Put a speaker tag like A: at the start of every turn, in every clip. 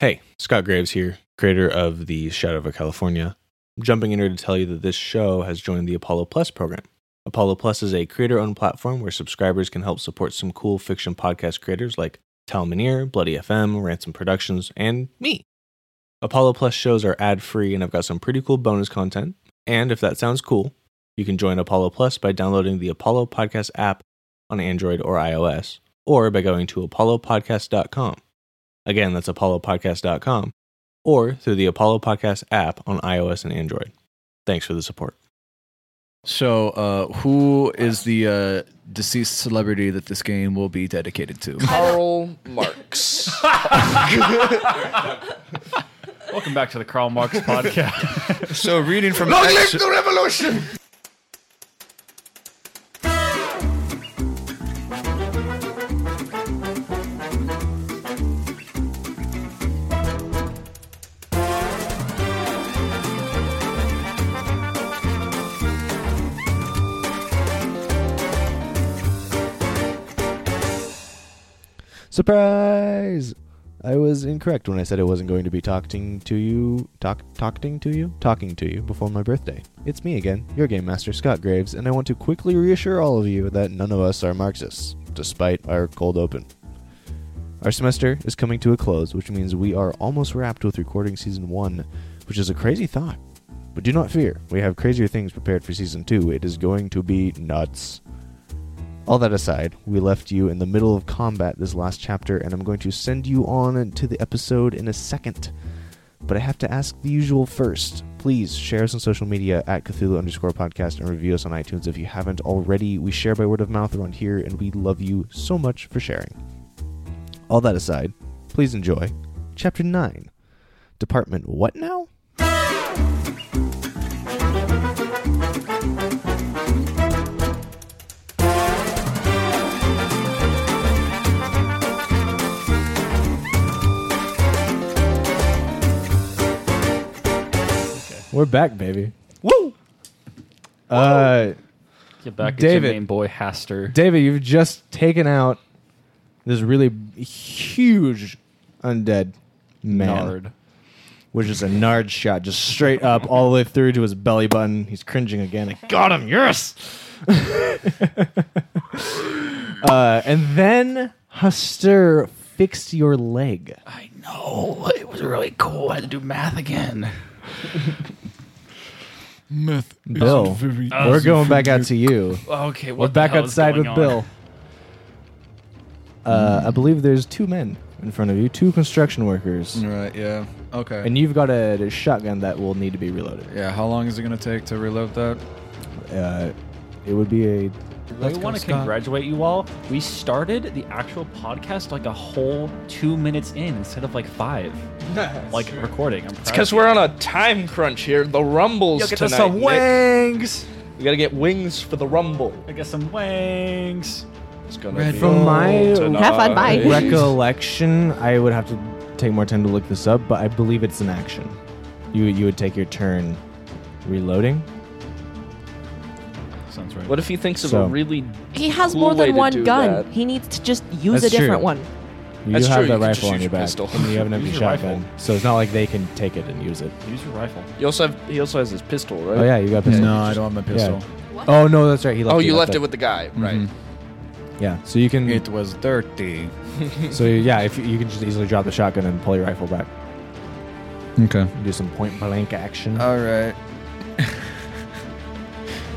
A: Hey, Scott Graves here, creator of the Shadow of California. I'm jumping in here to tell you that this show has joined the Apollo Plus program. Apollo Plus is a creator owned platform where subscribers can help support some cool fiction podcast creators like Tal Minear, Bloody FM, Ransom Productions, and me. Apollo Plus shows are ad free, and I've got some pretty cool bonus content. And if that sounds cool, you can join Apollo Plus by downloading the Apollo Podcast app on Android or iOS, or by going to apollopodcast.com. Again, that's apollopodcast.com or through the Apollo Podcast app on iOS and Android. Thanks for the support.
B: So, uh, who is the uh, deceased celebrity that this game will be dedicated to?
C: Karl Marx.
D: Welcome back to the Karl Marx podcast.
E: So reading from Action-
C: revolution!
F: Surprise! I was incorrect when I said I wasn't going to be talking to you, talk, talking to you, talking to you before my birthday. It's me again, your game master Scott Graves, and I want to quickly reassure all of you that none of us are Marxists, despite our cold open. Our semester is coming to a close, which means we are almost wrapped with recording season one, which is a crazy thought. But do not fear, we have crazier things prepared for season two. It is going to be nuts. All that aside, we left you in the middle of combat this last chapter, and I'm going to send you on to the episode in a second. But I have to ask the usual first. Please share us on social media at Cthulhu underscore podcast and review us on iTunes if you haven't already. We share by word of mouth around here, and we love you so much for sharing. All that aside, please enjoy Chapter 9 Department What Now?
G: We're back, baby.
A: Woo!
G: Uh,
D: Get back at
G: David.
D: your main boy Haster.
G: David, you've just taken out this really huge undead man,
D: Nard.
G: which is a nard shot, just straight up all the way through to his belly button. He's cringing again. I got him, yes. uh, and then Huster fixed your leg.
D: I know. It was really cool. I had to do math again.
E: Myth is
G: Bill,
E: very-
G: we're going back out to you.
D: Okay, what
G: We're
D: the
G: back
D: hell is
G: outside
D: going
G: with
D: on?
G: Bill. Uh, I believe there's two men in front of you, two construction workers,
E: Right. Yeah. Okay.
G: Uh, and you've got a, a shotgun that will need to be reloaded.
E: yeah. How long is it gonna take to reload that?
G: Uh, it would be a
D: We want to congratulate you all. We started the actual podcast like a whole two minutes in instead of like five. like recording. I'm proud.
C: Because we're on a time crunch here. The Rumbles
D: Yo, get us
C: tonight.
D: some
C: Nick.
D: wings.
C: We gotta get wings for the Rumble.
D: I got some wings.
E: It's gonna
B: Red
E: be
G: from my
H: Have fun, bye.
E: Nice.
G: recollection. I would have to take more time to look this up, but I believe it's an action. You you would take your turn reloading.
D: Sounds right.
C: What if he thinks of
G: So-
C: a really?
H: He has
C: Cool
H: more
C: way
H: than
C: to do
H: one gun.
C: that.
H: He needs to just use
G: That's
H: a different
G: true.
H: one.
G: You
C: That's
G: do have
C: true,
G: the
C: you can
G: rifle
C: just
G: on
C: use
G: your
C: your
G: back,
C: pistol.
G: and you have an empty
D: Use your rifle.
G: shotgun, so it's not like they can take it and use it.
D: Use your rifle.
C: You also have. He also has his pistol, right?
G: Oh yeah, you got pistol.
B: No, I don't have my
G: Yeah.
B: pistol.
G: Oh no, that's right. He left
C: Oh, you left it with the guy, right?
G: Mm-hmm. Yeah, so you can.
B: It was dirty.
G: so yeah, if you, you can just easily drop the shotgun and pull your rifle back,
B: Okay.
G: and do some point blank action.
B: All right.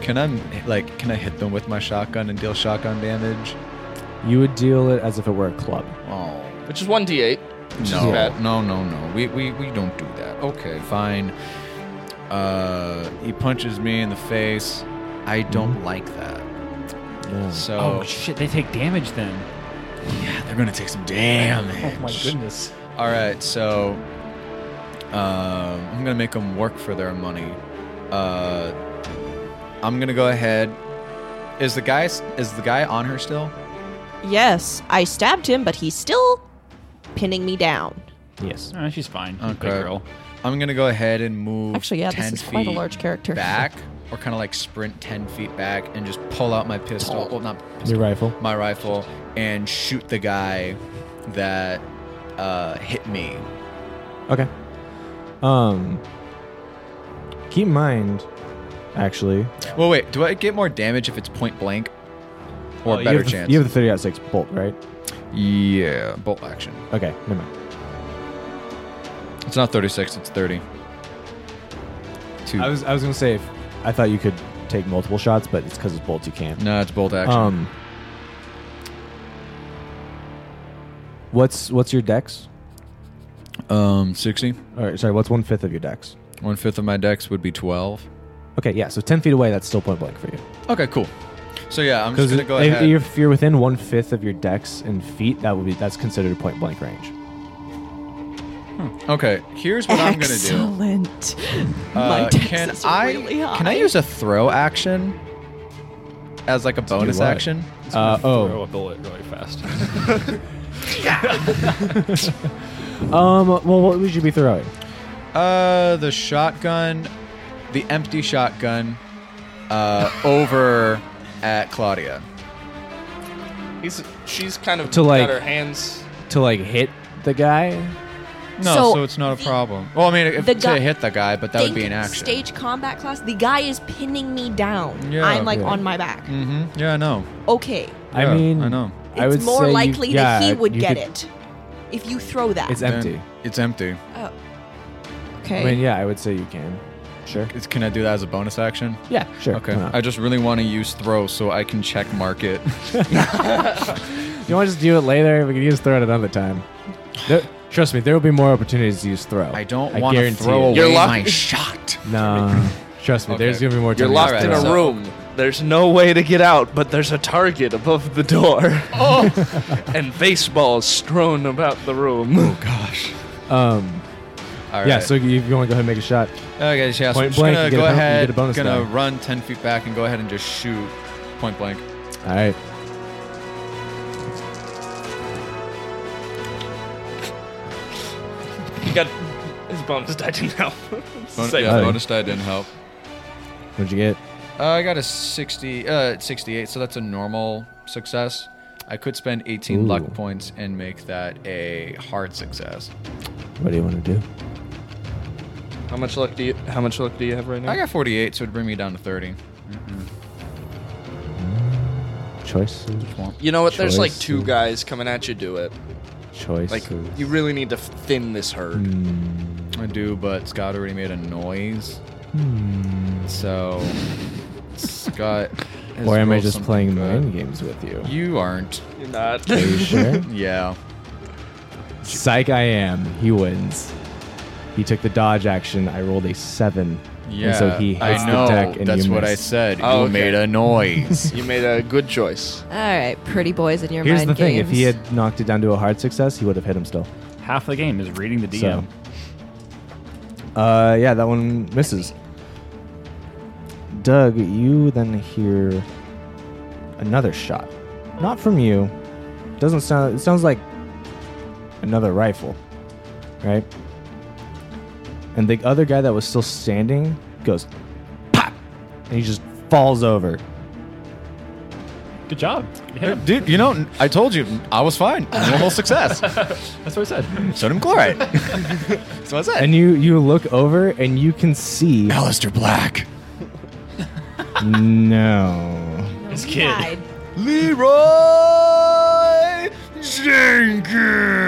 B: can I like can I hit them with my shotgun and deal shotgun damage?
G: you would deal it as if it were a club.
B: Oh
C: Which is one d8. Which is
B: no,
C: bad.
B: no, no, no. We we we don't do that. Okay, fine. Uh, he punches me in the face. I don't like that.
G: Yeah.
B: So
D: Oh, shit, they take damage then.
B: yeah, they're gonna take some damage.
D: Oh my goodness.
B: All right, so um, I'm gonna make them work for their money. Uh, I'm gonna go ahead. Is the guy is the guy on her still?
H: Yes, I stabbed him, but he's still pinning me down.
G: Yes.
D: Ah, she's fine. She's a
B: Okay.
D: Big girl.
B: I'm gonna go ahead and move.
H: Actually, yeah,
B: 10
H: this is quite a
B: feet
H: large character.
B: Back, or kind of like sprint ten feet back and just pull out my pistol. Well, not
G: Your
B: pistol,
G: rifle.
B: my rifle, and shoot the guy that uh, hit me.
G: Okay. Um. Keep in mind, actually,
B: Well, wait. Do I get more damage if it's point blank, or
G: Oh, you
B: better
G: have the-
B: chance?
G: you have the thirty out six bolt, right?
B: yeah, bolt action.
G: Okay, never mind.
B: It's not 36. It's 30. Two.
G: I was I was gonna say if, I thought you could take multiple shots, but it's because it's bolts you can't.
B: no, it's bolt action.
G: Um. What's what's your dex?
B: um, 60.
G: Or sorry, what's one fifth of your dex?
B: One fifth of my dex would be 12.
G: Okay, yeah, so ten feet away, that's still point blank for you.
B: Okay, cool. So yeah, I'm just
G: Because
B: gonna
G: if,
B: go ahead.
G: if you're within one fifth of your dex and feet, that would be that's considered a point blank range.
B: Okay, here's what I'm gonna do.
H: Excellent.
B: Uh,
H: My dex
B: can
H: is
B: I
H: really high.
B: can I use a throw action as like a bonus
G: what?
B: action?
G: Uh,
D: Throw
G: oh,
D: a bullet really fast.
G: um, well, what would you be throwing?
B: Uh, the shotgun, the empty shotgun, uh, over at Claudia.
C: He's, she's kind of
G: To, like-
C: got her hands.
G: To like hit the guy?
B: No, so,
H: So,
B: it's not a
H: the-
B: problem. Well, I mean, if
H: the
B: to
H: guy-
B: hit the guy, but that would be
H: Think
B: an action.
H: Stage combat class. The guy is pinning me down.
B: Yeah,
H: I'm like
G: yeah.
H: on my back.
B: Mm-hmm. Yeah, I know.
H: Okay.
B: Yeah,
G: I mean,
B: I know.
H: It's
G: I would
H: more
G: say you-
H: likely that
G: yeah,
H: he would
G: you
H: get
G: could-
H: it if you throw that.
G: It's
B: Then
G: empty.
B: It's empty.
H: oh.
G: I
H: Okay.
G: mean, yeah, I would say you can. Sure.
B: It's, can I do that as a bonus action?
G: Yeah, sure.
B: Okay.
G: why not?
B: I just really want to use throw so I can check mark it.
G: You want to just do it later? We can use throw at another time. There- trust me, there will be more opportunities to use throw.
B: I don't
G: I
B: want to
G: guarantee
B: throw
G: it.
B: away
C: You're locked-
B: my shot.
G: No, trust me,
B: Okay.
G: there's gonna be more. time
C: You're
G: to
C: locked
G: use
C: in a
G: throw.
B: so-
C: room. There's no way to get out, but there's a target above the door. Oh, and baseballs strewn about the
G: Oh,
C: room.
B: Gosh.
G: Um,
B: All right.
G: yeah, so you, you want to go ahead and make a shot?
B: Okay, yeah, so
G: Point
B: I'm just
G: blank,
B: gonna
G: you get
B: go
G: a bon- you
B: ahead,
G: get a bonus
B: gonna
G: die.
B: run ten feet back and go ahead and just shoot point blank.
G: All right.
C: He got his bonus die didn't help.
B: Bon-
C: Save
B: yeah,
G: it.
B: bonus die didn't help.
G: What'd you get?
B: Uh, I got a sixty, uh, sixty-eight, so that's a normal success. I could spend eighteen
G: Ooh.
B: luck points and make that a hard success.
G: What do you want to do?
C: How much luck do you? How much luck do you have right now?
B: I got forty-eight, so it'd bring me down to thirty.
G: Choice.
C: You know what? There's like two
G: Choices.
C: guys coming at you. Do it.
G: Choice.
C: Like you really need to thin this herd.
G: Mm.
B: I do, but Scott already made a noise,
G: Hmm.
B: so Scott. has
G: or am I
B: rolled
G: just
B: something
G: playing
B: good.
G: mind games with you?
B: You aren't.
C: You're not.
G: Are you sure?
B: Yeah.
G: Psych, I am. He wins. He took the dodge action. I rolled a seven.
B: Yeah.
G: And so he hits
B: I know.
G: the deck, and
B: That's
G: you
B: what I
G: miss.
B: said.
C: Oh,
B: you
C: okay.
B: made a noise.
C: you made a good choice.
H: All right, pretty boys in your
G: Here's
H: mind
G: the thing:
H: games.
G: if he had knocked it down to a hard success, he would have hit him still.
D: Half the game is reading the DM.
G: So, uh, yeah, that one misses. Doug, you then hear another shot, not from you. Doesn't sound. It sounds like another rifle, right? And the other guy that was still standing goes pop, and he just falls over.
D: Good job. You hit him.
B: Dude, you know, I told you, I was fine. Normal success.
D: That's what I said.
B: Sodium chloride. so what's that?
G: And you you look over and you can see
B: Alistair Black.
G: no.
H: this
D: kid.
B: Leroy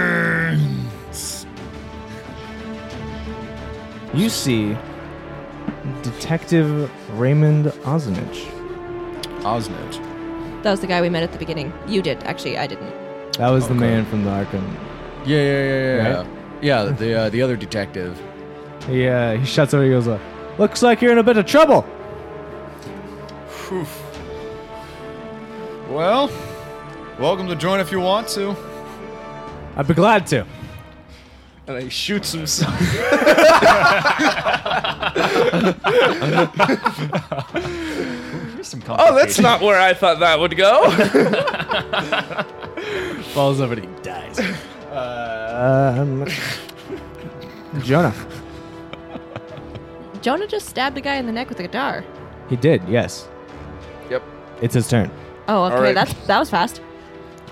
B: Jenkins.
G: You see Detective Raymond Ozenich.
B: Osnage.
H: That was the guy we met at the beginning. You did, actually. I didn't.
G: That was the
B: Okay.
G: man from the Arkham.
B: Yeah, yeah, yeah, yeah.
G: Right?
B: Yeah, the, uh, the other detective.
G: Yeah, he shuts over. He goes, uh, "Looks like you're in a bit of trouble."
B: Well, welcome to join if you want to.
G: I'd be glad to.
C: And he shoots himself.
D: Here's some
C: Oh, that's not where I thought that would go.
G: Falls over and he dies. Um, Jonah.
H: Jonah just stabbed a guy in the neck with a guitar.
G: He did. Yes,
C: yep.
G: it's his turn.
H: Oh, okay.
C: right.
H: That's that was fast.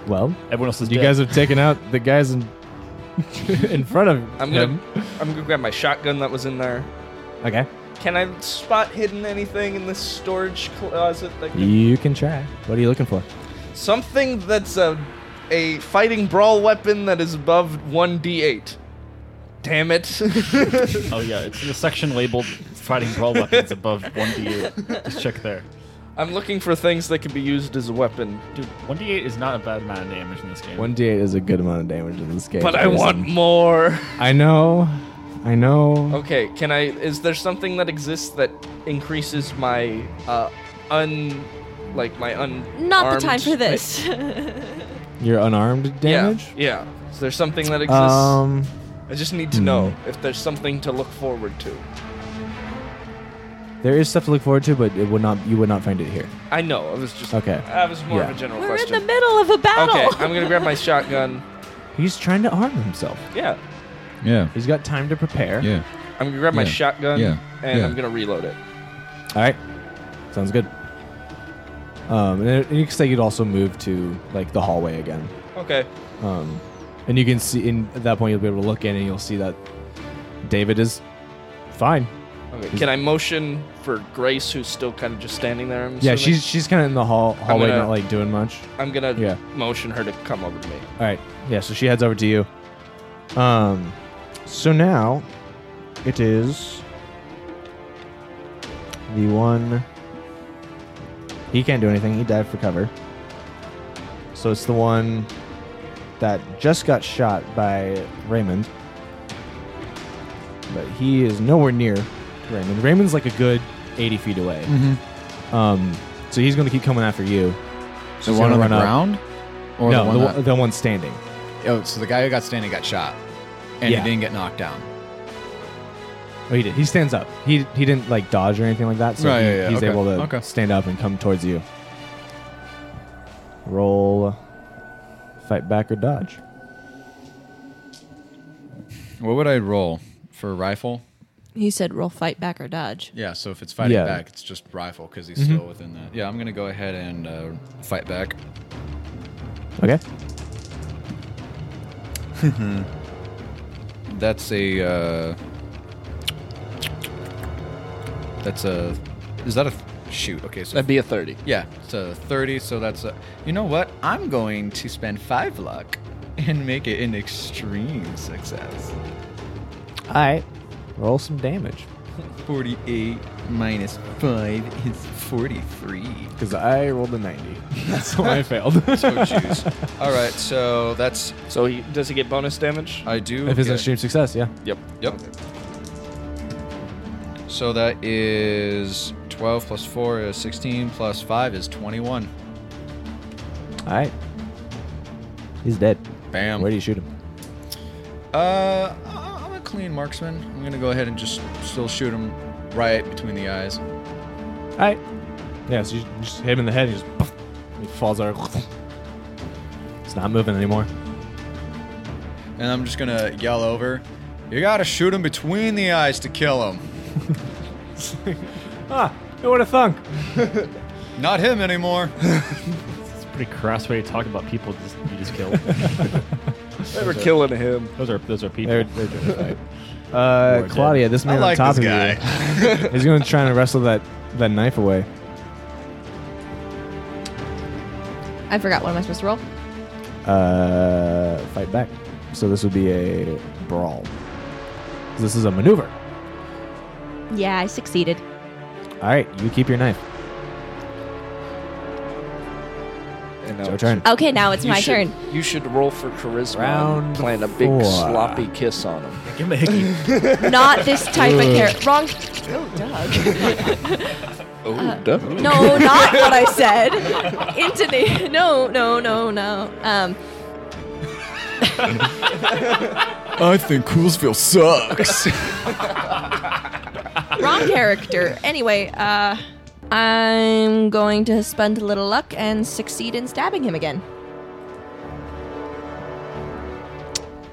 G: Well,
D: Everyone else is
G: you
D: dead.
G: guys have taken out the guys in in front of
C: I'm
G: him.
C: gonna I'm gonna grab my shotgun that was in there.
G: Okay.
C: Can I spot hidden anything in this storage closet? That could-
G: You can try. What are you looking for?
C: Something that's a a fighting brawl weapon that is above one d8. Damn it!
D: Oh yeah, it's in the section labeled "Fighting Brawl Weapons" above 1d8. Just check there.
C: I'm looking for things that can be used as a weapon,
D: Dude, 1d8 is not a bad amount of damage in this game.
G: One d8 is a good amount of damage in this game.
C: but I
G: Jason.
C: want more.
G: I know. I know.
C: Okay, can I? Is there something that exists that increases my uh un like my un?
H: Not
C: armed-
H: the time for this.
G: Your unarmed damage.
C: Yeah, yeah. Is there something that exists?
G: Um.
C: I just need to know
G: Hmm.
C: if there's something to look forward to.
G: There is stuff to look forward to, but it would not. You would not find it here.
C: I know. I was just.
G: Okay.
C: That was more of
G: Yeah.
C: a general
H: We're in
C: question.
H: the middle of a battle.
C: okay, I'm gonna grab my shotgun.
G: He's trying to arm himself.
C: Yeah,
B: Yeah.
G: He's got time to prepare.
B: Yeah.
C: I'm gonna grab my
B: Yeah.
C: shotgun
B: Yeah.
C: and
B: Yeah.
C: I'm gonna reload it.
G: All right. Sounds good. Um, and it, you can say you'd also move to like the hallway again.
C: Okay.
G: Um, and you can see in at that point you'll be able to look in and you'll see that David is fine.
C: okay. Can I motion for Grace, who's still kind of just standing there? I'm
G: yeah,
C: assuming?
G: she's she's kind of in the hall hallway,
C: gonna-
G: not like doing much.
C: I'm gonna
G: yeah.
C: motion her to come over to me.
G: All right. Yeah. So she heads over to you. Um, so now it is the one. He can't do anything. He dived for cover. So it's the one that just got shot by Raymond. But he is nowhere near Raymond. Raymond's like a good 80 feet away.
B: Mm-hmm.
G: Um, so he's going to keep coming after you.
B: The
G: he's
B: one
G: gonna
B: on the
G: run up.
B: ground? Or
G: no,
B: Oh, the one
G: the,
B: that-
G: one- the one standing.
I: Oh, so the guy who got standing got shot, and
G: Yeah.
I: he didn't get knocked down.
G: Oh, he did. He stands up. He he didn't like dodge or anything like that. So
B: Right,
G: he-
B: yeah, yeah,
G: he's
B: okay,
G: able to
B: okay.
G: stand up and come towards you. Roll, fight back or dodge.
B: What would I roll for rifle?
H: He said, "Roll fight back or dodge."
B: Yeah, so if it's fighting
G: Yeah. Mm-hmm.
B: back, it's just rifle because he's still within that. Yeah, I'm gonna go ahead and uh, fight back.
G: Okay.
B: That's a. Uh, that's a. Is that a shoot? Okay, so
I: That'd be a thirty.
B: yeah, it's a thirty. So that's a. You know what? I'm going to spend five luck and make it an extreme success.
G: All right. Roll some damage.
B: Forty-eight minus five is forty-three.
G: Because I rolled a ninety. That's why I failed.
B: So choose. All right, so that's
C: So he, does he get bonus damage?
G: Uh,
B: I do.
G: if it's an
B: get-
G: extreme success, yeah.
C: Yep.
B: Yep. So that is 12 plus 4 is 16 plus 5 is 21.
G: All right. He's dead.
B: Bam.
G: Where do you shoot him?
B: Uh, I- I'm a clean marksman. I'm going to go ahead and just still shoot him right between the eyes.
G: All right. Yeah. So you just hit him in the head. And he just poof, he falls out. It's not moving anymore.
B: And I'm just going to yell over, You got to shoot him between the eyes to kill him.
G: Ah, it would have thunk.
B: Not him anymore.
D: It's a pretty crass way to talk about people just, you just killed.
C: They were killing him.
D: those are those are people.
G: They're, they're doing it right. Uh, Claudia, this man
B: like
G: on top
B: this
G: of you, he's going to try and wrestle that, that knife away.
H: I forgot what am I supposed to roll?
G: Uh, fight back. So this would be a brawl. This is a maneuver.
H: Yeah, I succeeded.
G: All right, you keep your knife.
C: And
G: It's
C: now
G: your turn.
H: Okay, now it's
C: you
H: my
C: should-
H: turn.
C: You should roll for charisma
G: Round
C: and plant a big
G: four.
C: sloppy kiss on him.
D: Give him a hickey.
H: Not this type of character. Wrong. Oh, Doug.
C: Oh, duh.
H: No, not what I said. Intonate. No, no, no, no. Um,
B: I think Coolsville sucks.
H: wrong character. Anyway, uh, I'm going to spend a little luck and succeed in stabbing him again.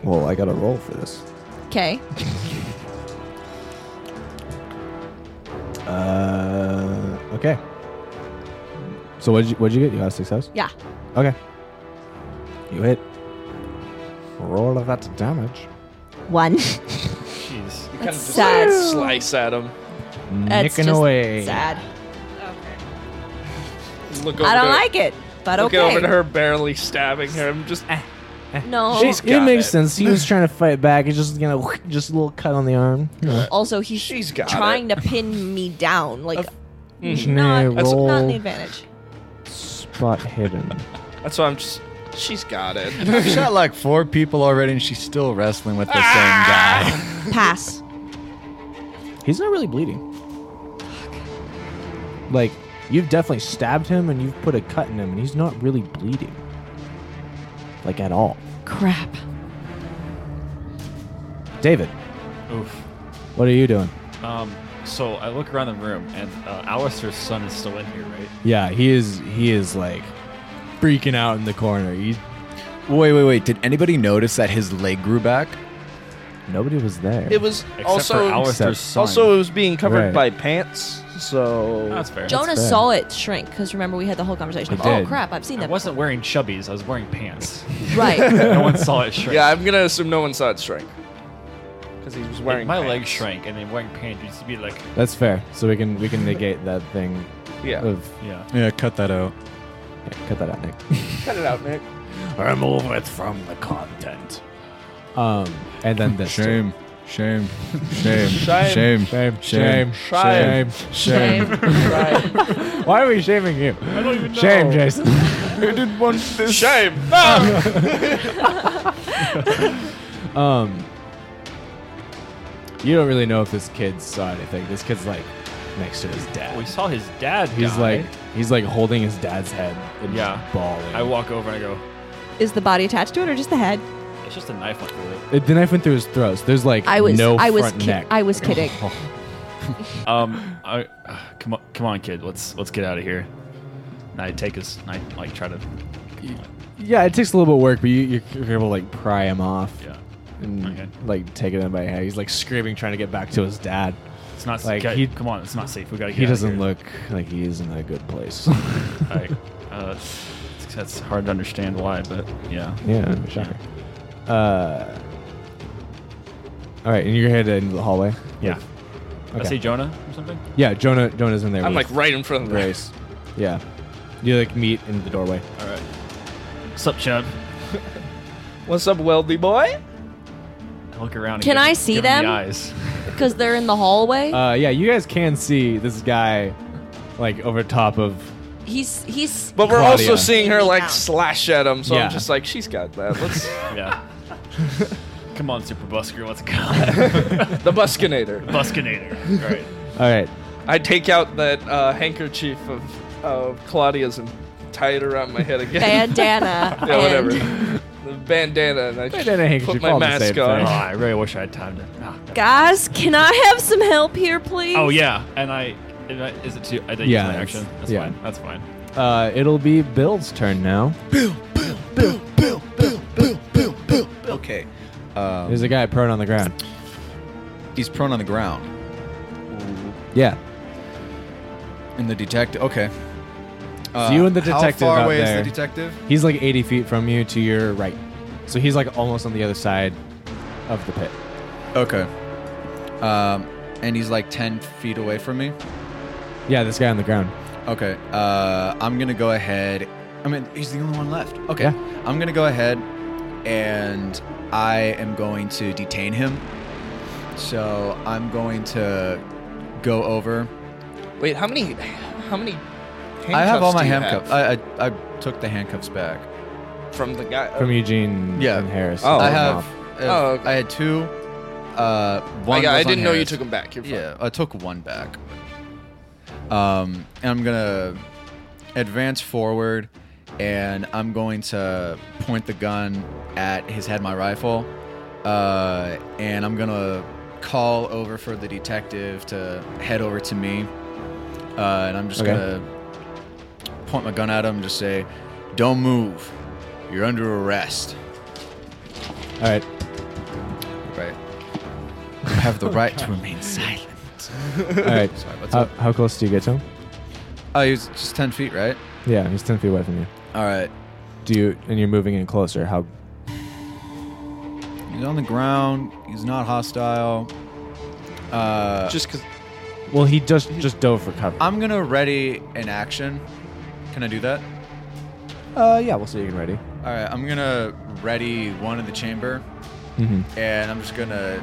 G: Well, I got a roll for this.
H: Okay.
G: Uh, okay. So what'd you, what'd you get? You got a success?
H: Yeah.
G: Okay. You hit. Roll of that damage.
H: One. That's sad.
C: Slice at him.
H: That's
G: Nicking
H: just
G: away.
H: sad.
C: Look over
H: I don't
C: to-
H: like it, but
C: Look
H: okay.
C: over to her, barely stabbing him. Just eh.
H: No.
C: She's
G: it
C: got
G: makes
C: it.
G: sense. He was trying to fight back. It's just gonna just a little cut on the arm.
H: also, he's
C: She's got
H: trying to pin me down. Like,
G: Nay,
H: not,
G: roll
H: not an advantage.
G: spot hidden.
C: That's why I'm just. She's got it.
B: I've shot like four people already, and she's still wrestling with the same guy.
H: Pass.
G: He's not really bleeding. Like you've definitely stabbed him and you've put a cut in him, and he's not really bleeding. Like at all.
H: Crap.
G: David,
D: Oof.
G: what are you doing?
D: Um, so I look around the room, and uh, Alistair's son is still in here, right?
G: Yeah, he is. He is like freaking out in the corner. He,
B: Wait, wait, wait. Did anybody notice that his leg grew back?
G: nobody was there.
C: It was
D: Except for
C: also
D: Alistair's son.
C: also it was being covered
G: Right.
C: by pants. So
D: that's fair.
G: fair.
H: Jonah saw it shrink because remember we had the whole conversation. Of,
G: I
H: oh
G: did.
H: crap! I've seen
D: I
H: that.
D: wasn't wearing chubbies. I was wearing pants.
H: before." right.
D: no one saw it shrink.
C: yeah, I'm gonna assume no one saw it shrink because he was wearing.
D: If my legs
C: pants.
D: shrank, and then wearing pants used to be like,
G: That's fair. So we can we can negate that thing.
C: Yeah,
G: Of
D: yeah.
E: Yeah, cut that out.
G: yeah, cut that out, Nick.
C: cut it out, Nick.
G: Remove it from the content. Um, and then this too.
E: Shame. Shame. Shame. Shame.
G: Shame,
E: Shame.
G: shame,
E: Shame.
G: shame, shame. Why are we shaming you? I don't even Shame,
D: know.
G: Jason.
C: Shame.
G: Um, you don't really know if this kid saw anything. This kid's like next to his
D: We
G: dad.
D: saw his dad.
G: He's
D: die.
G: like he's like holding his dad's head and
D: Yeah.
G: just bawling.
D: I walk over and I go,
H: Is the body attached to it or just the head?
D: it's just a knife went through it.
G: It- the knife went through his throat. so there's like
H: I was.
G: no
H: I was.
G: front
H: ki-
G: neck. Oh.
H: I was kidding.
D: Um, I, uh, come on, come on, kid. Let's let's get out of here. And I take his. And I like try to.
G: yeah, it takes a little bit of work, but you, you're you're able to like pry him off
D: Yeah.
G: and
D: Okay.
G: like take it in by hand. He's like screaming, trying to get back to his dad.
D: It's not
G: Like,
D: like
G: he-
D: Come on, it's not safe. We gotta. Get
G: He
D: out of
G: doesn't
D: here.
G: look like he is in a good place.
D: I, uh, it's- that's hard to understand why, but yeah.
G: yeah, shocker. Uh, all right, and you're headed into the hallway.
D: Yeah. I
G: Okay.
D: say Jonah or something.
G: Yeah, Jonah. Jonah's in there.
A: I'm
G: with
A: like right in front of the
G: Grace. Yeah, you like meet in the doorway.
D: All right. Sup, chub?
C: What's up, Weldy boy?
D: I look around. and
H: Can
D: give
H: I
D: him-
H: see
D: give him
H: them?
D: The eyes.
H: Because they're in the hallway.
G: Uh, yeah, you guys can see this guy, like over top of.
H: he's. He's.
C: But we're
G: Claudia.
C: also seeing her like
H: Yeah.
C: slash at him, so
G: Yeah.
C: I'm just like, she's got that. Let's
D: Yeah. Come on, Super Busker, let's go.
C: the buskinator.
D: Buskinator. All right.
G: All right,
C: I take out that uh, handkerchief of of Claudia's and tie it around my head again.
H: bandana.
C: yeah, whatever.
H: and-
C: the bandana, and I
G: Bandana handkerchief,
C: put my
G: all the
C: mask
G: same
C: on.
D: Oh,
G: thing.
D: I really wish I had time to. ah, never-
H: Guys, can I have some help here, please?
D: Oh yeah, and I. and I- Is it too? I did
G: Yeah,
D: use my
G: that's-
D: action. That's
G: yeah.
D: fine. That's fine.
G: uh, it'll be Bill's turn now.
B: Okay. Um,
G: There's a guy prone on the ground.
B: he's prone on the ground.
G: Yeah,
B: And the detective. Okay. Uh,
G: you and the
B: How
G: detective
B: far
G: out
B: away
G: there.
B: is the detective?
G: he's like 80 feet from you to your right, so he's like almost on the other side of the pit.
B: Okay. Um, and he's like 10 feet away from me.
G: Yeah, this guy on the ground.
B: Okay. Uh, I'm gonna go ahead. I mean, he's the only one left. Okay.
G: Yeah.
B: I'm gonna go ahead, and I am going to detain him. So I'm going to go over.
C: Wait, how many? How many? Handcuffs
B: I have all my
C: do you
B: handcuffs.
C: have
B: I, I I took the handcuffs back.
C: from the guy.
G: From Eugene
B: Yeah.
G: and Harris.
C: Oh.
G: Took
B: I
G: him
B: have.
G: off.
B: uh,
C: Oh, okay.
B: I had two. Uh,
C: I,
B: one.
C: I
B: was on
C: didn't know you
B: Harris.
C: took him back. You're fine.
B: Yeah, I took one back. Um, and I'm gonna advance forward, and I'm going to point the gun at his head, my rifle, uh, and I'm gonna call over for the detective to head over to me, uh, and I'm just
G: Okay.
B: gonna point my gun at him and just say, "Don't move. You're under arrest."
G: All right.
B: Right. I have the right to remain silent.
G: All right.
B: Sorry, what's
G: how,
B: up?
G: how close do you get to him?
B: Uh, Oh, he was just ten feet, right?
G: Yeah, he's 10 feet away from you.
B: All right.
G: Do you, and you're moving in closer. How?
B: He's on the ground. He's not hostile. Uh,
C: Just because.
G: Well, he just just dove for cover.
B: I'm gonna ready an action. Can I do that?
G: Uh, yeah, we'll see you again ready.
B: All right, I'm gonna ready one in the chamber,
E: Mm-hmm.
B: and I'm just gonna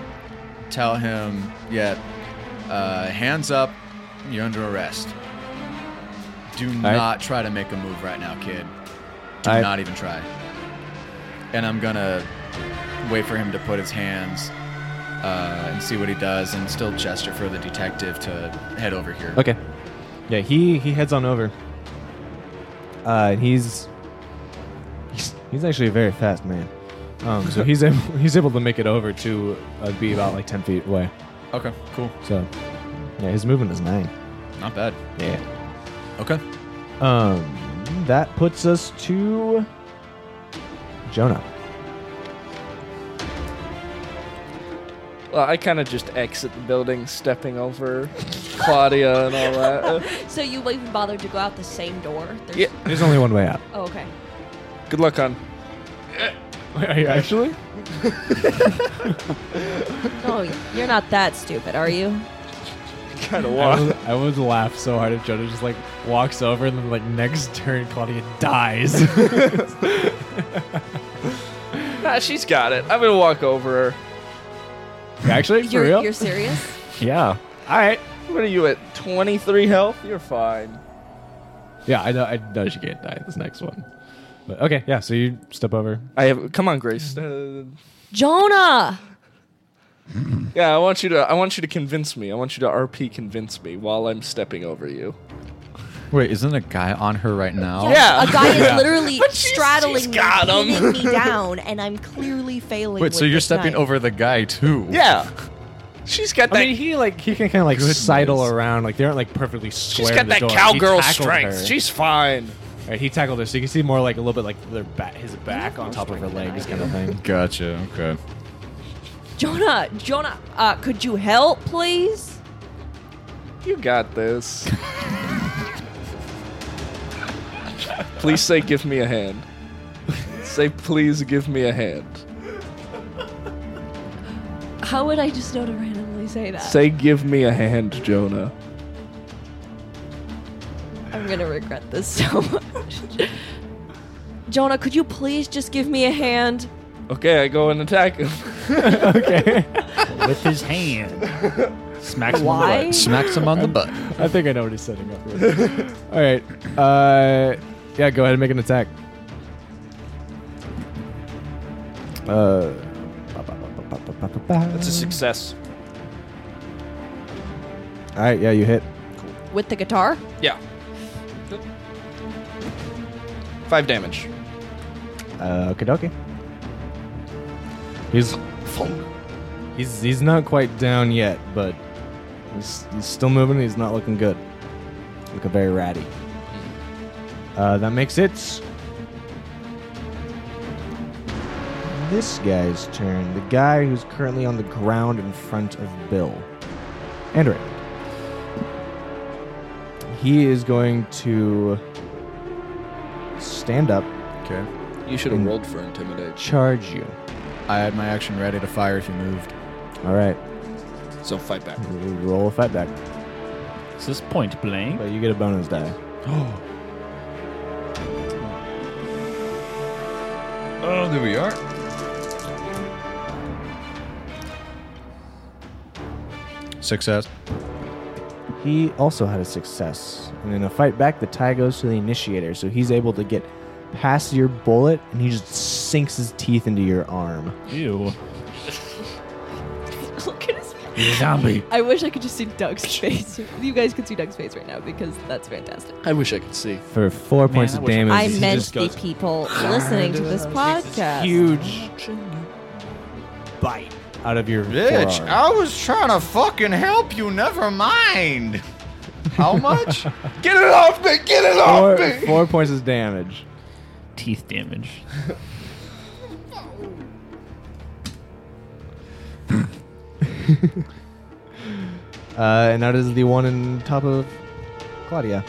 B: tell him, yeah, uh, hands up, you're under arrest. Do
G: right.
B: not try to make a move right now, kid. Do
G: All right.
B: not even try. And I'm gonna wait for him to put his hands uh, and see what he does, and still gesture for the detective to head over here.
G: Okay. Yeah, he he heads on over. Uh, and he's he's, he's actually a very fast man. Um, so he's able, he's able to make it over to uh, be about like ten feet away.
B: Okay, cool,
G: So yeah, his movement is nine.
B: not bad.
G: Yeah.
B: Okay,
G: Um, that puts us to Jonah.
C: Well, I kind of just exit the building, stepping over Claudia and all that.
H: So you even bothered to go out the same door? There's-
C: Yeah.
G: There's only one way out.
H: Oh, okay.
C: Good luck on.
G: Are you actually?
H: No, Oh, you're not that stupid, are you?
C: Kind of
G: I
C: walk.
G: would, I would laugh so hard if Jonah just like walks over and then like next turn Claudia dies.
C: Nah, Ah, she's got it. I'm gonna walk over her.
G: actually, for
H: You're,
G: real?
H: you're serious?
G: Yeah. All right.
C: What are you at? 23 health? You're fine.
G: Yeah, I know. I know she can't die this next one. But okay, yeah. So you step over.
C: I have. Come on, Grace. Uh,
H: Jonah!
C: yeah, I want you to. I want you to convince me. I want you to RP convince me while I'm stepping over you.
E: Wait, isn't a guy on her right now?
C: Yeah.
H: A guy is literally straddling
C: she's
H: me,
C: got him.
H: pinning me down, and I'm clearly failing.
E: Wait, so
H: with
E: you're
H: this
E: stepping
H: knife.
E: over the guy too?
C: Yeah. She's got that.
G: I mean, he like he can kind of like
E: Goodness.
G: sidle around. Like they aren't like perfectly square.
C: she's
G: to
C: got
G: the
C: that
G: door. He
C: cowgirl
G: tackled
C: strength.
G: her.
C: She's fine.
G: All right, he tackled her, so you can see more like a little bit like their back, his back on top of her legs, kind of thing.
E: Gotcha. Okay.
H: Jonah, Jonah, uh, could you help, please?
C: You got this. please say, give me a hand. Say, please give me a hand.
H: How would I just know to randomly say that?
C: Say, give me a hand, Jonah.
H: I'm gonna regret this so much. Jonah, could you please just give me a hand?
C: Okay, I go and attack him.
D: with his hand. Smacks him in the
H: Why?
D: butt.
E: Smacks him on the butt.
G: I think I know what he's setting up. With. All right. Uh, yeah, go ahead and make an attack. Uh,
C: That's a success.
G: all right. Yeah, you hit.
H: With the guitar?
C: Yeah. Five damage.
G: Uh, okay, dokie. He's he's he's not quite down yet, but he's, he's still moving. He's not looking good. Looking very ratty. Uh, that makes it this guy's turn. The guy who's currently on the ground in front of Bill. Andrew. He is going to stand up
B: okay.
C: You should have
G: Mm.
C: rolled for intimidate.
G: charge you.
B: I had my action ready to fire if you moved.
G: All right,
C: So fight back.
G: r- roll a fight back,
D: Is this point blank?
G: but you get a bonus die.
E: Oh, there we are.
B: Success.
G: He also had a success, and in a fight back, the tie goes to the initiator, so he's able to get past your bullet, and he just sinks his teeth into your arm.
D: Ew.
H: Look at his face.
D: Zombie.
H: I wish I could just see Doug's face. You guys could see Doug's face right now because that's fantastic.
C: I wish I could see.
G: For four
D: Man,
G: points
D: I
G: of
D: wish I-
G: damage,
H: I
G: he
H: meant
G: just
H: the
G: goes
H: people
C: "Ah,
H: listening to this podcast.
G: huge bite out of your
E: Bitch,
G: forearm.
E: I was trying to fucking help you. Never mind. How much?
C: Get it off me! Get it
G: Four, four points of damage.
D: Teeth damage.
G: Uh, and that is the one in top of Claudia.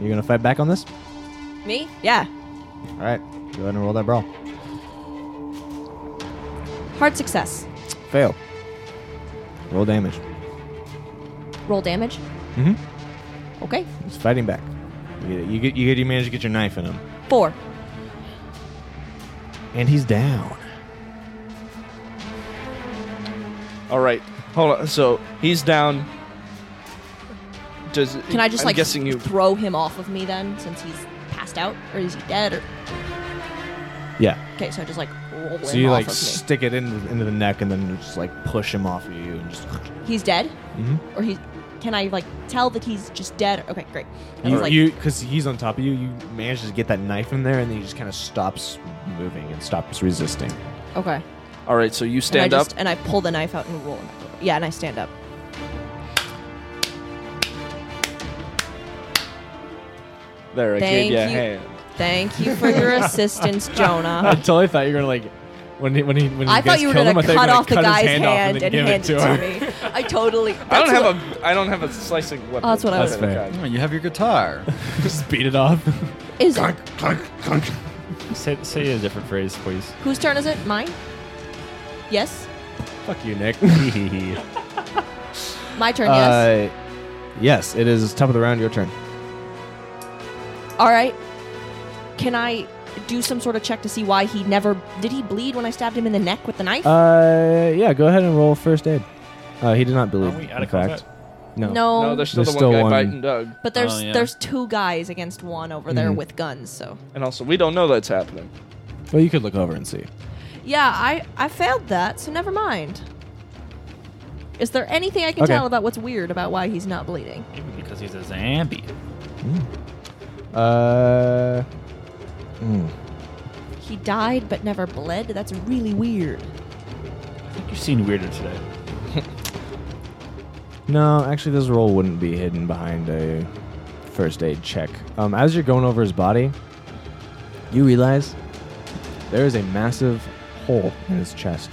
G: You're gonna fight back on this?
H: Me? Yeah.
G: All right, go ahead and roll that brawl.
H: Hard success.
G: Fail. Roll damage.
H: Roll damage.
G: Mhm.
H: Okay.
G: He's fighting back. You get, it. you get, you get, you manage to get your knife in him,
H: Four.
G: and he's down.
C: All right, hold on. So he's down. Does
H: Can I just
C: I'm
H: like
C: guessing you?
H: throw him off of me then, since he's passed out, or is he dead? Or
G: Yeah.
H: okay, so I just like roll
G: So
H: him
G: you
H: off
G: like
H: of me.
G: stick it into, into the neck, and then just like push him off of you, and just
H: he's dead,
G: Mhm.
H: or he? Can I like tell that he's just dead? Okay, great. I was
G: you,
H: like,
G: you, because he's on top of you. You manage to get that knife in there, and then he just kind of stops moving and stops resisting.
H: okay.
C: All right, so you stand
H: and I
C: up.
H: Just, and I pull the knife out and roll him. back over. Yeah, and I stand up.
C: there, I gave
H: Thank
C: you a
H: you.
C: hand.
H: Thank you for your assistance, Jonah.
G: totally thought you were gonna like when he, when he when
H: I thought you were
G: killed
H: gonna
G: him, I thought
H: cut
G: you were
H: off the
G: cut his
H: guy's
G: hand off and
H: hand
G: then
H: and
G: give it
H: hand it
G: to
H: to
G: her.
H: me. I totally.
C: I don't
H: that's what-
C: have a I don't have a slicing weapon.
H: that's what I was-
G: That's fair.
C: Okay.
B: Oh, you have your guitar.
G: Just beat it off.
H: Is it?
D: Say, say a different phrase, please.
H: Whose turn is it? Mine? Yes?
G: Fuck you, Nick.
H: My turn,
G: Uh,
H: yes.
G: yes, it is top of the round. Your turn. Uh,
H: All right. Can I do some sort of check to see why he never. Did he bleed when I stabbed him in the neck with the knife?
G: Uh, yeah, go ahead and roll first aid. Uh, he did not believe.
D: Are we out
G: in
D: of
G: fact, no.
H: no.
C: No, there's still
G: There's
C: the one
G: still
C: guy
G: one.
C: biting Doug,
H: but there's
D: Oh, yeah.
H: there's two guys against one over there
G: Mhm.
H: with guns, so.
C: and also we don't know that's happening.
G: Well, you could look over and see.
H: Yeah, I, I failed that, so never mind. Is there anything I can
G: Okay.
H: tell about what's weird about why he's not bleeding?
D: Maybe because he's a zombie.
G: Uh,
H: He died but never bled? That's really weird.
D: I think you've seen weirder today.
G: no, actually, this roll wouldn't be hidden behind a first aid check. Um, as you're going over his body, you realize there is a massive hole in his chest.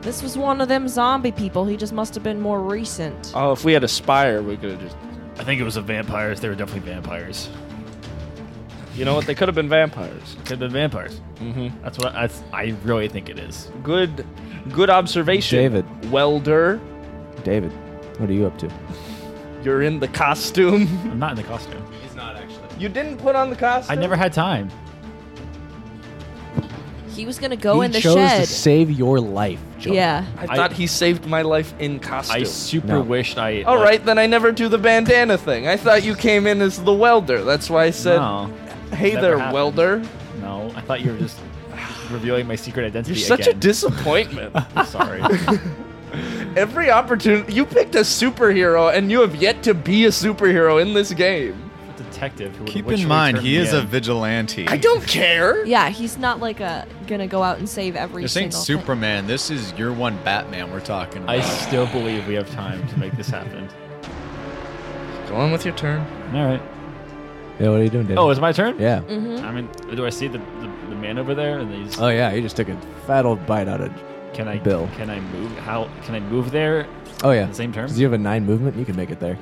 H: This was one of them zombie people. He just must have been more recent.
G: Uh,
C: Oh, if we had a spire, we could have just.
D: I think it was a vampires. They were definitely vampires.
C: You know what? They could have been vampires.
D: Could have been vampires.
C: Mm-hmm.
D: That's what I, I really think it is.
C: Good, good observation,
G: David.
C: Welder,
G: David, what are you up to?
C: you're in the costume.
D: I'm not in the costume.
C: You didn't put on the costume.
D: I never had time.
H: He was gonna go
G: he
H: in the
G: chose
H: shed.
G: to save your life. Joe.
H: yeah.
C: I thought he saved my life in costume.
D: I super
G: No.
D: wished I.
C: All
D: like,
C: right, then I never do the bandana thing. I thought you came in as the welder. That's why I said,
D: No,
C: "Hey
D: never
C: there,
D: happened.
C: welder."
D: no. I thought you were just revealing my secret identity
C: You're such a
D: again.
C: disappointment.
D: I'm Sorry.
C: Every opportunity you picked a superhero, and you have yet to be a superhero in this game.
D: Detective. Who would
B: Keep
D: wish
B: in
D: would
B: mind,
D: turn
B: he
D: me
B: is a
D: in.
B: vigilante.
C: I don't care.
H: Yeah, he's not like a gonna go out and save every
B: This ain't
H: single
B: Superman. This is your one Batman we're talking about.
D: I still believe we have time to make this happen.
C: Go on with your turn.
D: All right.
G: Yeah, what are you doing, David?
D: Oh, it's my turn.
G: yeah.
H: thing. hmm
D: I mean, do I see the, the, the man over there? And he's
C: Uh,
G: Oh yeah, he just took a fat old bite out of.
D: can I
G: Bill.
D: Can I move? How can I move there?
G: Oh yeah,
D: The same term.
G: 'Cause you have a nine movement, you can make it there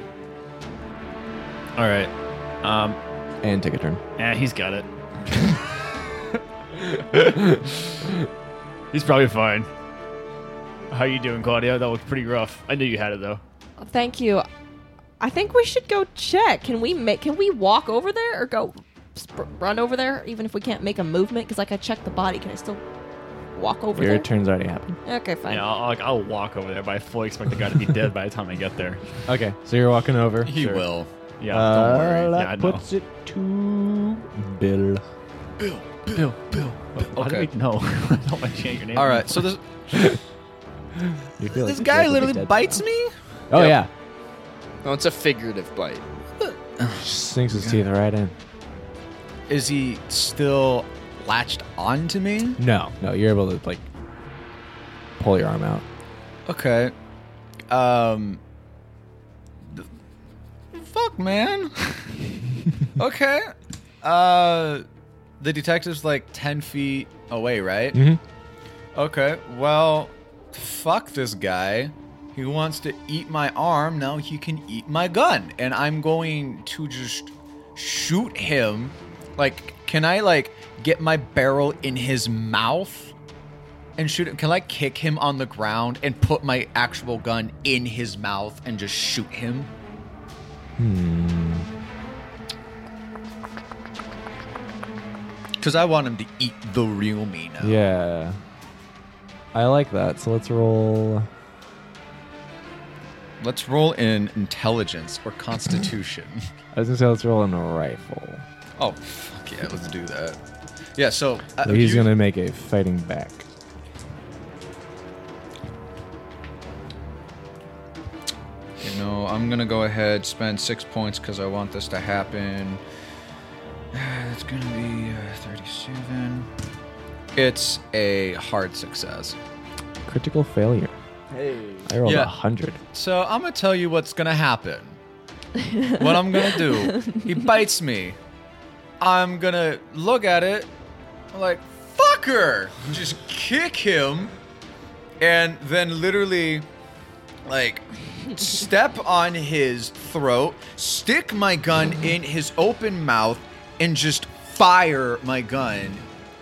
D: All right. Um.
G: and take a turn.
D: Yeah, he's got it. he's probably fine. How you doing, Claudia? That was pretty rough. I knew you had it though.
H: Oh, Thank you. I think we should go check. Can we make? Can we walk over there or go sp- run over there? Even if we can't make a movement, because like I checked the body, can I still walk over
G: Your
H: there?
G: turn's already happened.
H: Okay, fine.
D: Yeah, I'll, I'll, I'll walk over there, but I fully expect the guy to be dead by the time I get there.
G: Okay, so you're walking over.
B: He will.
D: Yeah,
G: Uh,
D: don't worry.
G: That
D: Yeah, I know.
G: puts it to Bill.
D: How do we know? I don't want to change your name.
B: All right. So this
G: You feel
B: this
G: like-
B: guy
G: you feel like
B: literally
G: he's dead.
B: bites me.
G: Oh
C: Yep. No, it's a figurative bite.
G: yeah, sinks his teeth right in.
B: Is he still latched onto me?
G: No, no, you're able to like pull your arm out.
B: Okay. Um. th- Fuck, man. okay. Uh, the detective's like ten feet away, right?
G: Mhm.
B: Okay. Well, fuck this guy. He wants to eat my arm. Now he can eat my gun, and I'm going to just shoot him. Like, can I like get my barrel in his mouth? and shoot him? Can I kick him on the ground and put my actual gun in his mouth and just shoot him? Hmm. Because I want him to eat the real me now.
G: Yeah. I like that. So let's roll.
B: Let's roll in intelligence or constitution.
G: I was gonna say let's roll in a rifle.
B: oh, fuck yeah, let's do that. Yeah, so. Uh,
G: He's
B: you-
G: gonna make a fighting back.
E: You know, I'm gonna go ahead, spend six points because I want this to happen. It's gonna be uh, 37.
B: It's a hard success.
G: Critical failure. Hey. I rolled a
B: Yeah.
G: hundred.
B: So I'm gonna tell you what's gonna happen. what I'm gonna do. He bites me. I'm gonna look at it I'm like fucker. Just kick him, and then literally, like, step on his throat, stick my gun in his open mouth, and just fire my gun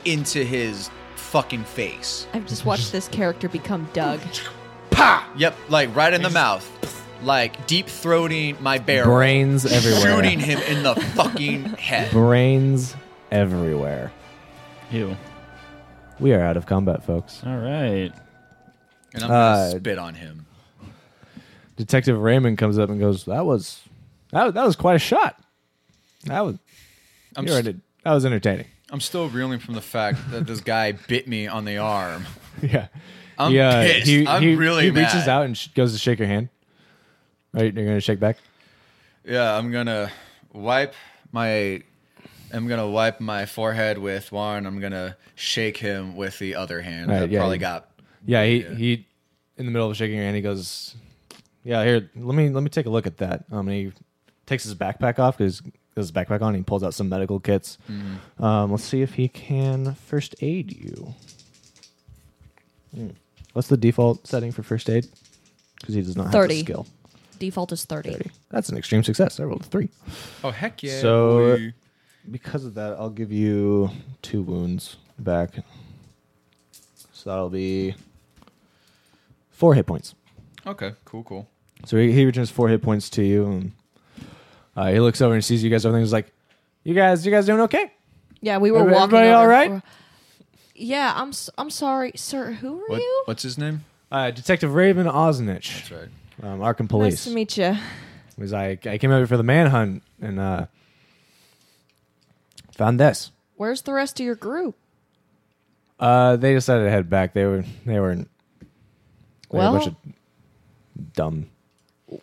B: into his fucking face.
H: I've just watched this character become Doug.
B: Yep, like right in the mouth. Like deep throating my barrel.
G: Brains everywhere.
B: Shooting him in the fucking head.
G: Brains everywhere.
D: Ew.
G: We are out of combat, folks.
D: All right.
B: And I'm gonna
G: Uh,
B: spit on him.
G: Detective Raymond comes up and goes, "That was, that, that was quite a shot. That was,
B: I'm,
G: you're
B: st-
G: right, that was entertaining."
B: I'm still reeling from the fact that this guy bit me on the arm.
G: Yeah,
B: I'm
G: he, uh,
B: pissed.
G: He,
B: I'm
G: he-
B: really
G: he reaches
B: mad.
G: out and sh- goes to shake your hand. Right, you're gonna shake back.
B: Yeah, I'm gonna wipe my I'm gonna wipe my forehead with one. I'm gonna shake him with the other hand.
G: Right,
B: I
G: yeah,
B: probably
G: you-
B: got
G: Yeah, he he, in the middle of shaking your hand, he goes, "Yeah, here, let me let me take a look at that." Um, and he takes his backpack off because his backpack on. And he pulls out some medical kits.
B: Mm-hmm.
G: Um, let's see if he can first aid you. Hmm. What's the default setting for first aid? Because he does not have the
H: 30.
G: skill.
H: Default is 30.
G: That's an extreme success. I rolled a three.
B: Oh heck yeah.
G: So-
B: boy.
G: Because of that, I'll give you two wounds back. So that'll be four hit points.
E: Okay, cool, cool.
G: So he, he returns four hit points to you, and uh, he looks over and sees you guys. Everything's like, you guys, you guys doing okay?
H: Yeah, we were
G: Everybody-
H: walking.
G: everybody
H: over.
G: all right?
H: Yeah, I'm. s- I'm sorry, sir. Who are
B: What,
H: you?
B: what's his name?
G: Uh, Detective Raven Osnich,
B: That's right.
G: um, Arkham
H: Nice
G: Police.
H: to meet you.
G: He's like, I came over for the manhunt and uh, found this.
H: Where's the rest of your group?
G: Uh, they decided to head back. They were they were they were
H: Well-
G: a bunch of dumb.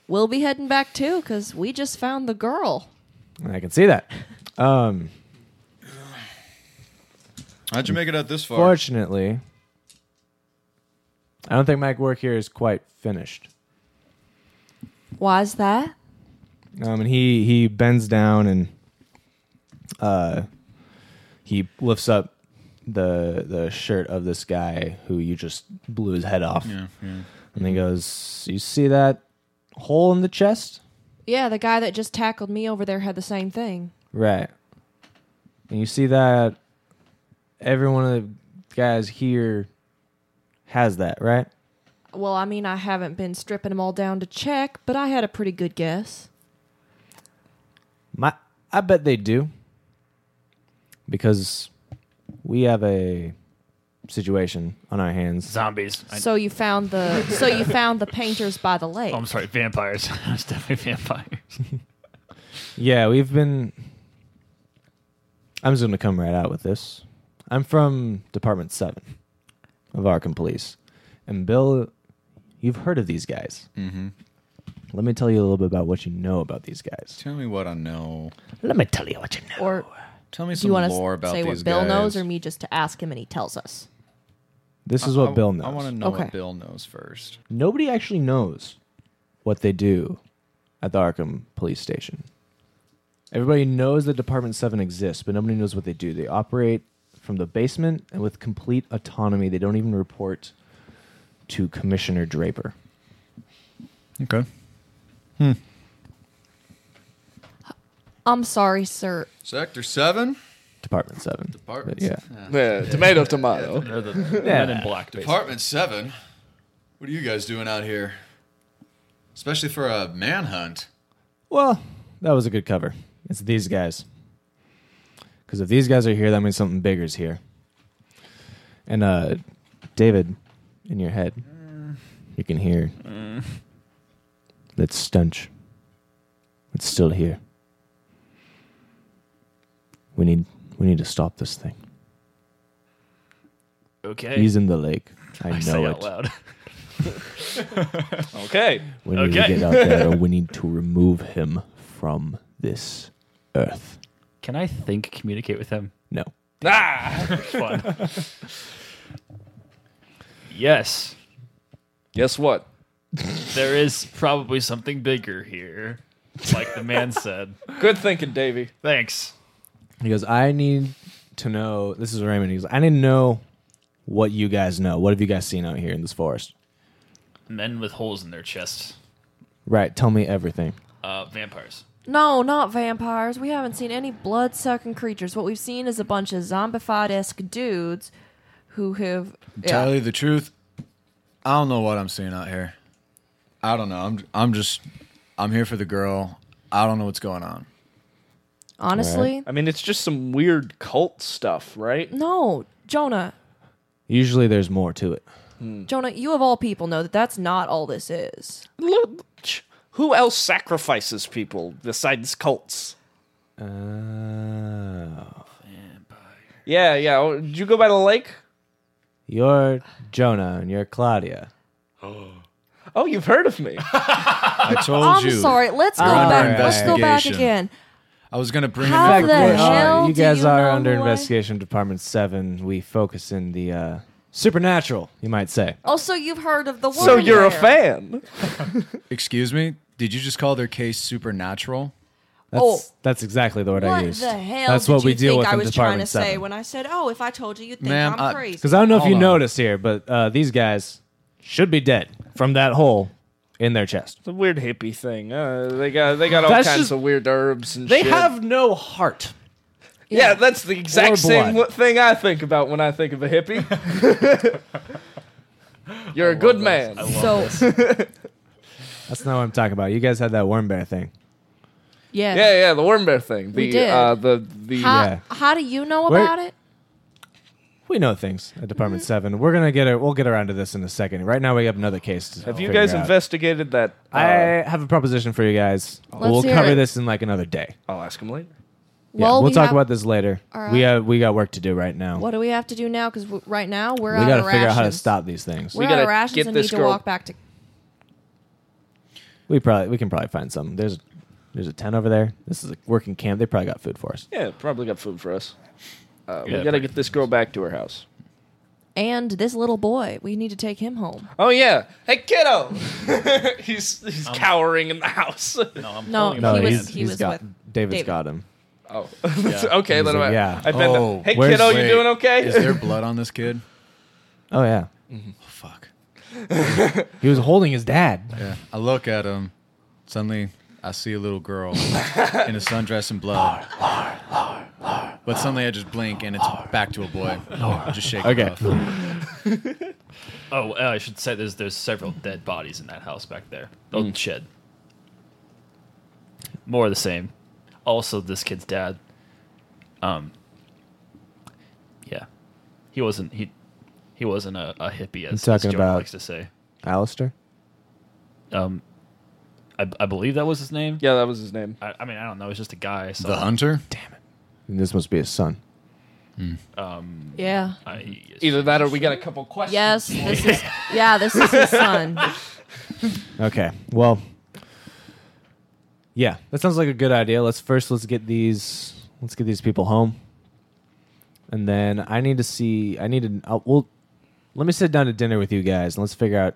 H: We'll be heading back too, cause we just found the girl.
G: I can see that. Um,
E: How'd
G: Mm.
E: you make it out this far?
G: Fortunately, I don't think my work here is quite finished.
H: Why's that?
G: Um, and he he bends down and uh, he lifts up the the shirt of this guy who you just blew his head off.
E: Yeah, yeah.
G: And he goes, "You see that hole in the chest?
H: Yeah, the guy that just tackled me over there had the same thing.
G: Right. And you see that every one of the guys here has that, right?
H: Well, I mean, I haven't been stripping them all down to check, but I had a pretty good guess.
G: My, I bet they do. Because we have a situation on our hands.
C: Zombies. I,
H: so you found the. so you found the painters by the lake.
C: oh, I'm sorry, vampires. I was definitely vampires.
G: Yeah, we've been. I'm just going to come right out with this. I'm from Department 7 of Arkham Police. And Bill, you've heard of these guys. Mm-hmm. Let me tell you a little bit about what you know about these guys.
E: Tell me what I know.
G: Let me tell you what you know.
H: or
E: Tell me
H: do
E: some
H: you want
E: lore
H: to
E: about
H: say
E: these
H: what Bill
E: guys.
H: knows, or me just to ask him and he tells us?
G: This is what
E: I-
G: Bill knows.
E: I want to know
H: Okay.
E: what Bill knows first.
G: nobody actually knows what they do at the Arkham police station. Everybody knows that Department 7 exists, but nobody knows what they do. They operate from the basement and with complete autonomy. They don't even report to Commissioner Draper.
E: Okay.
H: I'm sorry, sir.
E: Sector 7?
G: Department Seven.
B: Department.
G: Yeah.
C: Yeah, tomato, tomato.
D: They're the men in black. Basically.
B: Department seven. What are you guys doing out here? Especially for a manhunt.
G: Well, that was a good cover. It's these guys. Because if these guys are here, that means something bigger's here. And uh, David, in your head, you can hear that stench. It's still here. We need we need to stop this thing.
C: Okay.
G: He's in the lake. I,
C: I say
G: know
C: out
G: it.
C: loud. okay.
G: We need to
C: Okay.
G: get out there. or we need to remove him from this earth.
D: Can I think communicate with him?
G: No.
C: Ah.
D: Fun. yes,
C: Guess what?
D: there is probably something bigger here, like the man said.
C: Good thinking, Davy.
D: Thanks.
G: He goes, I need to know. This is Raymond. He goes, I need to know what you guys know. What have you guys seen out here in this forest?
D: Men with holes in their chests.
G: Right. Tell me everything.
D: Uh, vampires.
H: No, not vampires. We haven't seen any blood sucking creatures. What we've seen is a bunch of zombified esque dudes who have.
B: Tell
H: Yeah.
B: you the truth, I don't know what I'm seeing out here. I don't know. I'm I'm just I'm here for the girl. I don't know what's going on.
H: Honestly,
C: I mean, it's just some weird cult stuff, right?
H: no. Jonah,
G: Usually there's more to it.
H: Jonah, you of all people know that that's not all this is.
C: Look, ch- Who else sacrifices people besides cults?
G: Oh.
C: Yeah, yeah. oh, Did you go by the lake?
G: You're Jonah and you're Claudia.
C: Oh, you've heard of me.
B: I told
H: I'm
B: you.
H: sorry. Let's go
B: under
H: back. Let's go back
B: investigation.
H: again.
B: I was gonna bring
H: How
B: him in for
H: the hell-
B: question.
G: uh, you
H: do
G: guys
H: you
G: are
H: know
G: under
H: who I-
G: investigation, Department 7. We focus in the uh, supernatural, you might say.
H: Also, you've heard of the woman.
C: so you're a
H: there.
C: fan.
B: Excuse me. Did you just call their case supernatural?
G: That's,
H: Oh.
G: that's exactly the word I
H: What
G: used.
H: the hell?
G: that's
H: did
G: what
H: you
G: we deal
H: think
G: with
H: I
G: in
H: was
G: Department
H: trying to
G: 7.
H: say when I said, "Oh, if I told you, you'd think
B: Ma'am,
H: I'm
B: I-
H: crazy."
G: Because I don't know if
B: Hold
G: you
B: on.
G: noticed here, but uh, these guys should be dead from that hole in their chest.
C: It's a weird hippie thing. Uh, they got they got all
G: That's
C: kinds
G: just-
C: of weird herbs and
G: They
C: shit.
G: have no heart.
C: Yeah, that's the exact
G: Or
C: same
G: blood.
C: wh- thing I think about when I think of a hippie. You're a good man.
H: so
G: That's not what I'm talking about. You guys had that worm bear thing.
H: yeah.
C: Yeah, yeah, the worm bear thing. The
H: We did.
C: uh the the
H: How,
G: Yeah.
H: how do you know
G: Where-
H: about it?
G: We know things at
H: Mm-hmm.
G: Department Seven. We're gonna get it. We'll get around to this in a second. Right now, we have another case. To
C: Have you
G: figure
C: guys
G: out.
C: investigated that? Uh,
G: I have a proposition for you guys. we'll
H: hear
G: cover
H: it.
G: this in like another day.
C: I'll ask him later.
G: Yeah,
H: well,
G: we'll
H: we
G: talk
H: have-
G: about this later.
H: All
G: We
H: right.
G: have we got work to do right now.
H: What do we have to do now? Because w- right now we're
G: we
H: out
G: gotta
H: of
G: figure
H: rations.
G: out how to stop these things.
H: We're
C: We
H: out of
C: gotta
H: rations
C: get
H: and
C: this
H: need to
C: girl-
H: walk back to.
G: We probably we can probably find some. There's there's a tent over there. This is a working camp. They probably got food for us.
C: Yeah, probably got food for us. Uh,
D: Yeah,
C: we gotta
D: pretty
C: get this girl back to her house.
H: And this little boy, we need to take him home.
C: Oh yeah, hey kiddo. he's he's cowering in the house.
D: No, I'm
H: No,
D: holding him
G: No,
D: by
H: he
D: the
H: was-
G: he's,
D: hand.
H: he
G: he's
H: was
G: got
H: with
G: David's
H: David.
G: got him.
C: Oh, okay. Then
G: He's
C: I,
G: like, yeah.
C: I've been.
B: Oh,
C: hey
G: where's-
C: kiddo, you
B: Wait,
C: doing okay? Mm-hmm.
B: Is there blood on this kid?
G: Oh yeah,
B: Fuck.
G: he was holding his dad.
B: Yeah. I look at him. Suddenly, I see a little girl in a sundress and blood. But suddenly, I just blink and it's back to a boy. Just shake. it
G: Okay.
B: off.
D: Oh, uh, I should say there's there's several dead bodies in that house back there. Old shed. More of the same. Also, this kid's dad. Um. Yeah, he wasn't he. He wasn't a, a hippie, as,
G: talking
D: as Jonah
G: about-
D: likes to say.
G: Alistair.
D: Um, I, I believe that was his name.
C: Yeah, that was his name.
D: I, I mean, I don't know. It was just a guy. So
B: The hunter.
G: And this must be his son.
H: Yeah.
D: I,
C: Either that or we got a couple questions.
H: Yes. This is. Yeah. This is his son.
G: Okay. Well. Yeah, that sounds like a good idea. Let's first let's get these let's get these people home, and then I need to see I need to I'll, we'll let me sit down to dinner with you guys and let's figure out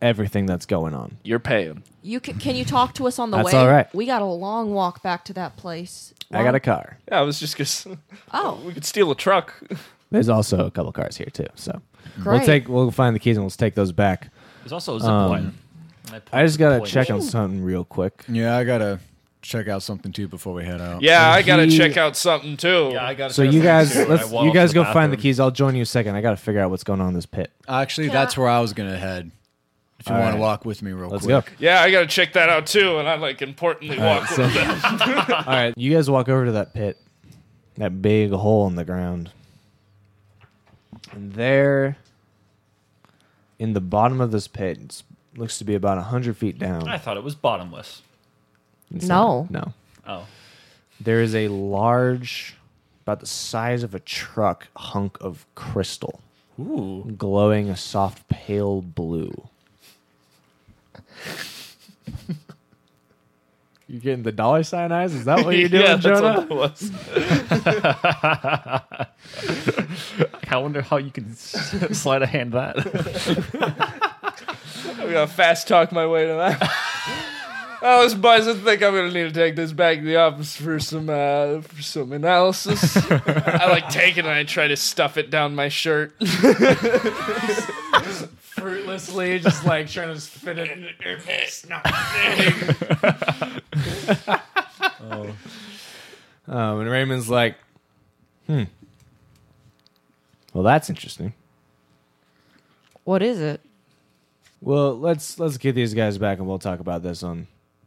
G: everything that's going on.
C: You're paying.
H: You can, can you talk to us on the
G: That's
H: way?
G: all right.
H: We got a long walk back to that place.
G: I got a car.
C: Yeah, I was just gonna.
H: Oh,
C: We could steal a truck.
G: There's also a couple cars here too, so we'll
H: Great.
G: take we'll find the keys and we'll take those back.
D: there's also a zip
G: Um,
D: line. And
G: I just gotta
D: point-
G: check on something real quick.
B: Yeah, I gotta check out something too before we head out.
C: Yeah, I gotta
G: He-
C: check out something too.
D: Yeah, I got.
G: So you guys, let's you guys go find the keys. I'll join you a second. I gotta figure out what's going on in this pit.
B: Actually,
H: Can
B: that's
H: I-
B: where I was gonna head. If you
G: All
B: want
G: right.
B: to walk with me, real
G: Let's
B: quick.
G: go.
C: Yeah, I gotta check that out too. And I like importantly
G: All
C: walk
G: right, so- all right, you guys walk over to that pit, that big hole in the ground, and there, in the bottom of this pit, it's, looks to be about hundred feet down.
D: I thought it was bottomless.
G: It's
H: No.
G: not- no.
D: Oh,
G: There is a large, about the size of a truck, hunk of crystal,
D: ooh,
G: glowing a soft pale blue. You're getting the dollar sign eyes? Is that what you're doing,
C: yeah, that's
G: Jonah?
C: what that was.
D: I wonder how you can s- slide a hand that.
C: I'm gonna fast talk my way to that. Oh, this boys, I think I'm gonna need to take this back to the office for some uh, for some analysis. I like take it and I try to stuff it down my shirt. Fruitlessly, just like trying to fit it.
G: Um, and Raymond's like, hmm. Well, that's interesting.
H: What is it?
G: Well, let's let's get these guys back and we'll talk about this on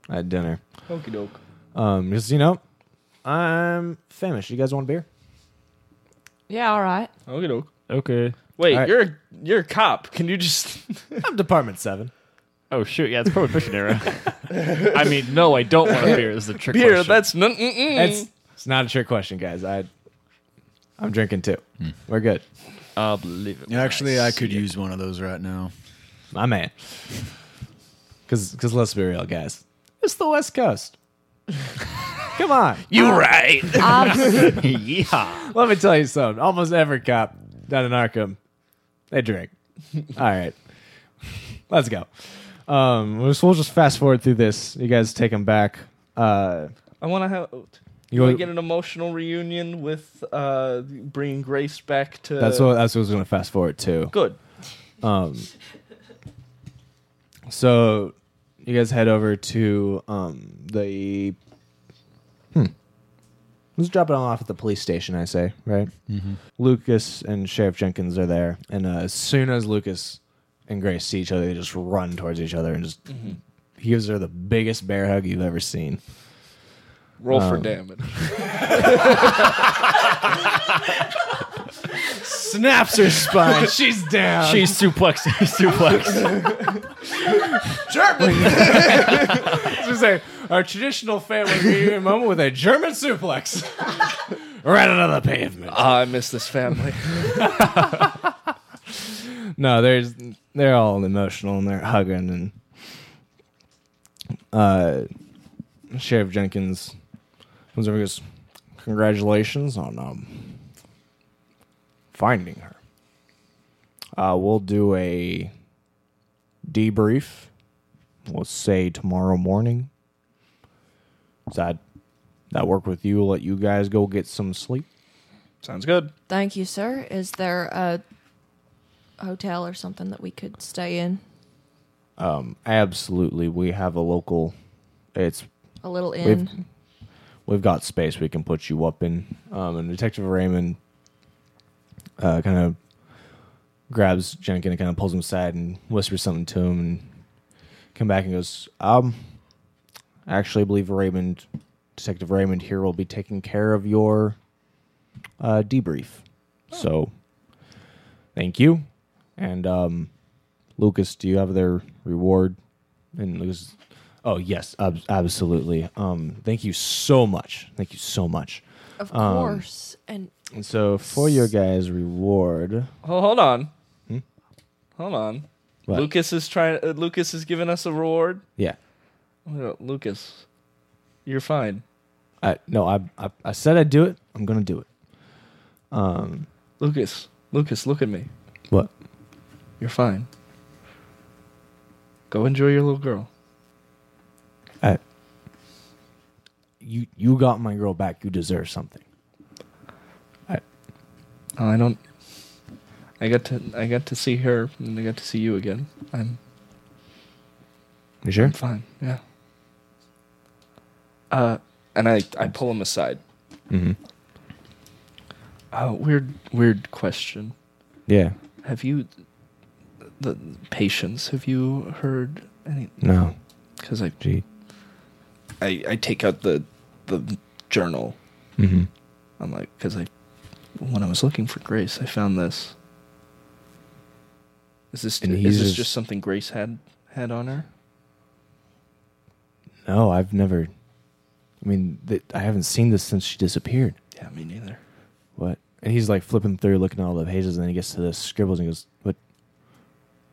G: at dinner.
C: Okey doke.
G: Um, because you know, I'm famished. You guys want a beer?
H: Yeah, all right.
C: Okey doke.
D: okay.
C: Wait,
G: All right.
C: you're a, you're a cop. Can you just?
G: I'm Department Seven.
D: Oh shoot, yeah, it's prohibition era. I mean, no, I don't want a beer. Is the trick
C: Beer,
D: question.
C: that's mm, none. mm-mm.
G: It's it's not a trick question, guys. I I'm drinking too. We're good.
D: I believe it.
B: Actually, I could use one of those right now.
G: My man. Cause cause let's be real, guys. It's the West Coast. Come on.
D: You right?
H: I've,
D: yeah.
G: Let me tell you something. Almost every cop down in Arkham, they drink. All right, let's go. Um, we'll just, we'll just fast forward through this. You guys take them back. Uh,
C: I want to have.
G: you
C: You want
G: go-
C: to get an emotional reunion with uh, bringing Grace back to.
G: that's what that's what I was gonna fast forward to.
C: Good.
G: Um, so you guys head over to um, the. Hmm. Let's drop it all off at the police station. I say, right? Mm-hmm. Lucas and Sheriff Jenkins are there, and uh, as soon as Lucas and Grace see each other, they just run towards each other and just he gives her the biggest bear hug you've ever seen.
C: Roll for
G: Um,
C: damage.
G: Snaps her spine. She's down.
D: She's suplex. He's suplex.
G: This is a our traditional family reunion moment with a German suplex. right onto the pavement.
C: Ah, I miss this family.
G: No, there's they're all emotional and they're hugging and uh Sheriff Jenkins comes over and goes, Congratulations on um finding her. Uh we'll do a debrief. We'll say tomorrow morning. Does that that work with you? Let you guys go get some sleep.
C: Sounds good.
H: thank you, sir. Is there a hotel or something that we could stay in?
G: Absolutely. We have a local it's
H: A little
G: We've-
H: inn.
G: we've got space we can put you up in. Um, and Detective Raymond uh, kind of grabs Jenkins and kind of pulls him aside and whispers something to him and come back and goes, um, actually, I believe Raymond, Detective Raymond here will be taking care of your uh, debrief. So thank you. And um, Lucas, do you have their reward? And Lucas, oh, yes, ab- absolutely. Um, thank you so much. Thank you so much.
H: Of
G: um,
H: course. And
G: And so for your guys' reward,
C: Oh, hold on. Hold on.
G: Hmm? What?
C: Lucas is trying. Uh, Lucas is giving us a reward.
G: yeah.
C: Uh, Lucas, you're fine.
G: I, no, I, I I said I'd do it. I'm gonna do it. Um,
C: Lucas, Lucas, look at me.
G: what?
C: You're fine. Go enjoy your little girl.
G: I, you you got my girl back. You deserve something.
C: Oh, I don't. I got to. I got to see her, and I got to see you again. I'm.
G: You sure?
C: I'm fine. Yeah. Uh, and I, I pull him aside. Mm-hmm. Uh, weird, weird question.
G: Yeah.
C: Have you, the, patients? Have you heard any?
G: No.
C: Because I,
G: Gee.
C: I, I take out the, the journal.
G: Mm-hmm.
C: I'm like, because I, when I was looking for Grace, I found this. Is this
G: And
C: is
G: he's
C: this
G: just-
C: just something Grace had had on her?
G: No, I've never. I mean, th- I haven't seen this since she disappeared.
C: Yeah, me neither.
G: What? And he's like flipping through, looking at all the pages, and then he gets to the scribbles and he goes, "What?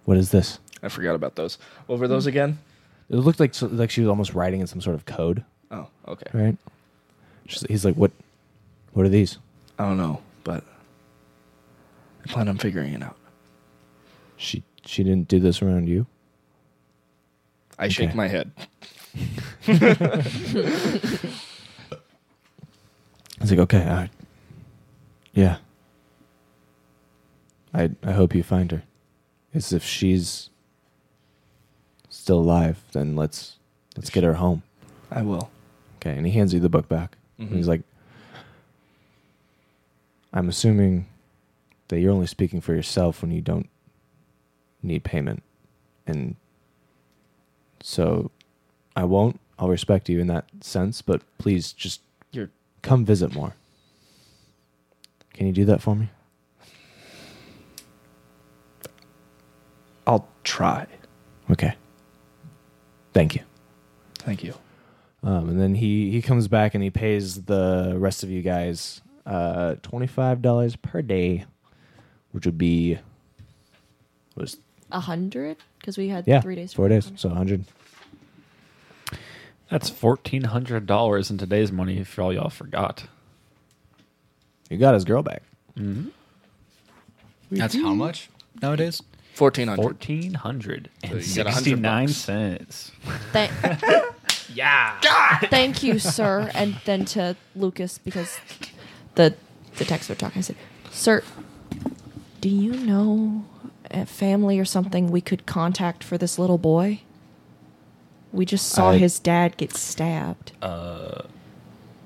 G: What is this?"
C: I forgot about those. What were
G: Hmm.
C: those again?
G: It looked like so, like she was almost writing in some sort of code,
C: Oh, okay.
G: right? She's, he's like, "What? What are these?"
C: I don't know, but I plan on figuring it out.
G: She she didn't do this around you.
C: I shake
G: Okay.
C: my head.
G: He's like, "Okay, I, yeah. I I hope you find her. As if she's still alive, then let's let's get her home."
C: I will. Mm-hmm.
G: Okay, and he hands you the book back. And he's like, I'm assuming that you're only speaking for yourself when you don't need payment. And so I won't. I'll respect you in that sense, but please just
C: You're-
G: come visit more. Can you do that for me?
C: I'll try.
G: Okay. Thank you.
C: Thank you.
G: Um, and then he, he comes back and he pays the rest of you guys uh, $25 per day, which would be was
H: A hundred? Because we had
G: yeah,
H: three days.
G: four
H: for
G: days,
H: lunch.
G: so 100.
D: That's fourteen hundred dollars in today's money. If all y'all forgot,
G: You got his girl back.
B: That's how much nowadays?
C: Fourteen hundred.
D: fourteen hundred and
B: you got
D: sixty-nine cents.
H: Thank- yeah. Thank you, sir. And then to Lucas because the the texts were talking. I said, "Sir, do you know a family or something we could contact for this little boy? We just saw
G: I- Oh,
H: his dad get stabbed.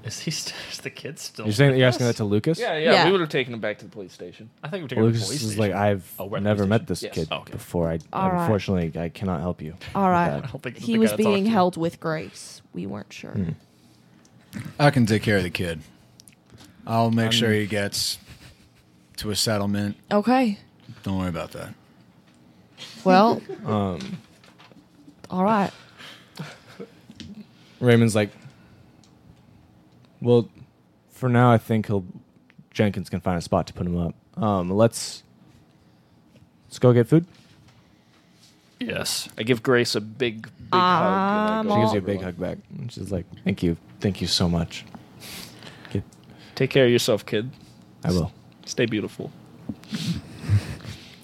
D: Is he? St- is the kid still?
G: You're saying that you're asking that to Lucas?
C: Yeah,
H: yeah,
C: yeah,
H: Yeah. we
C: We would
H: would've
C: have taken him back to the police station.
D: I think we're taking
G: Lucas
D: a police
G: is
D: station.
G: like, I've
D: Oh, we're at the
G: never
D: police
G: met this
D: station.
G: kid
D: Okay.
G: before. I
H: All right.
G: unfortunately I cannot help you.
H: All
G: I
H: right.
D: don't think it's
H: He
D: the
H: was
D: guy I talked
H: being
D: to.
H: held with grace. We weren't sure.
G: Hmm.
B: I can take care of the kid. I'll make sure he gets to a settlement.
H: Okay.
B: Don't worry about that.
H: Well. um. All right.
G: Raymond's like, well, for now I think he'll Jenkins can find a spot to put him up. Um, let's let's go get food.
D: Yes.
C: I give Grace a big, big hug.
H: I'm
C: and I
G: She
C: go,
G: gives you a big hug back. And she's like, thank you, thank you so much. Kid,
C: Take care of yourself, kid.
G: I will.
C: Stay beautiful.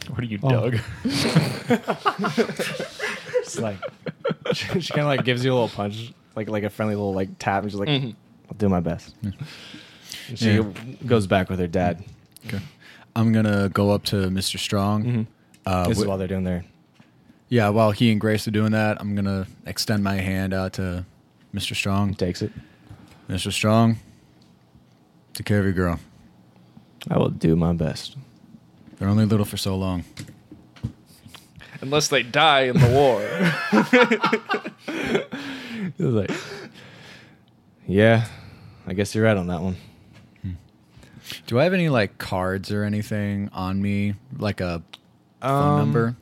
D: What are
G: Oh.
D: you, Doug?
G: It's like she, kind of like gives you a little punch, like like a friendly little like tap, and she's like, "I'll do my best." And she
B: Yeah.
G: goes back with her dad.
B: Okay. I'm gonna go up to Mr. Strong. Uh,
G: this
B: wi-
G: is while they're doing their
B: yeah, while he and Grace are doing that, I'm gonna extend my hand out to Mr. Strong.
G: takes it.
B: Mr. Strong, take care of your girl.
G: I will do my best.
B: They're only little for so long.
C: Unless they die in the war.
G: It was like, yeah, I guess you're right on that one.
B: Do I have any like cards or anything on me, like a phone number?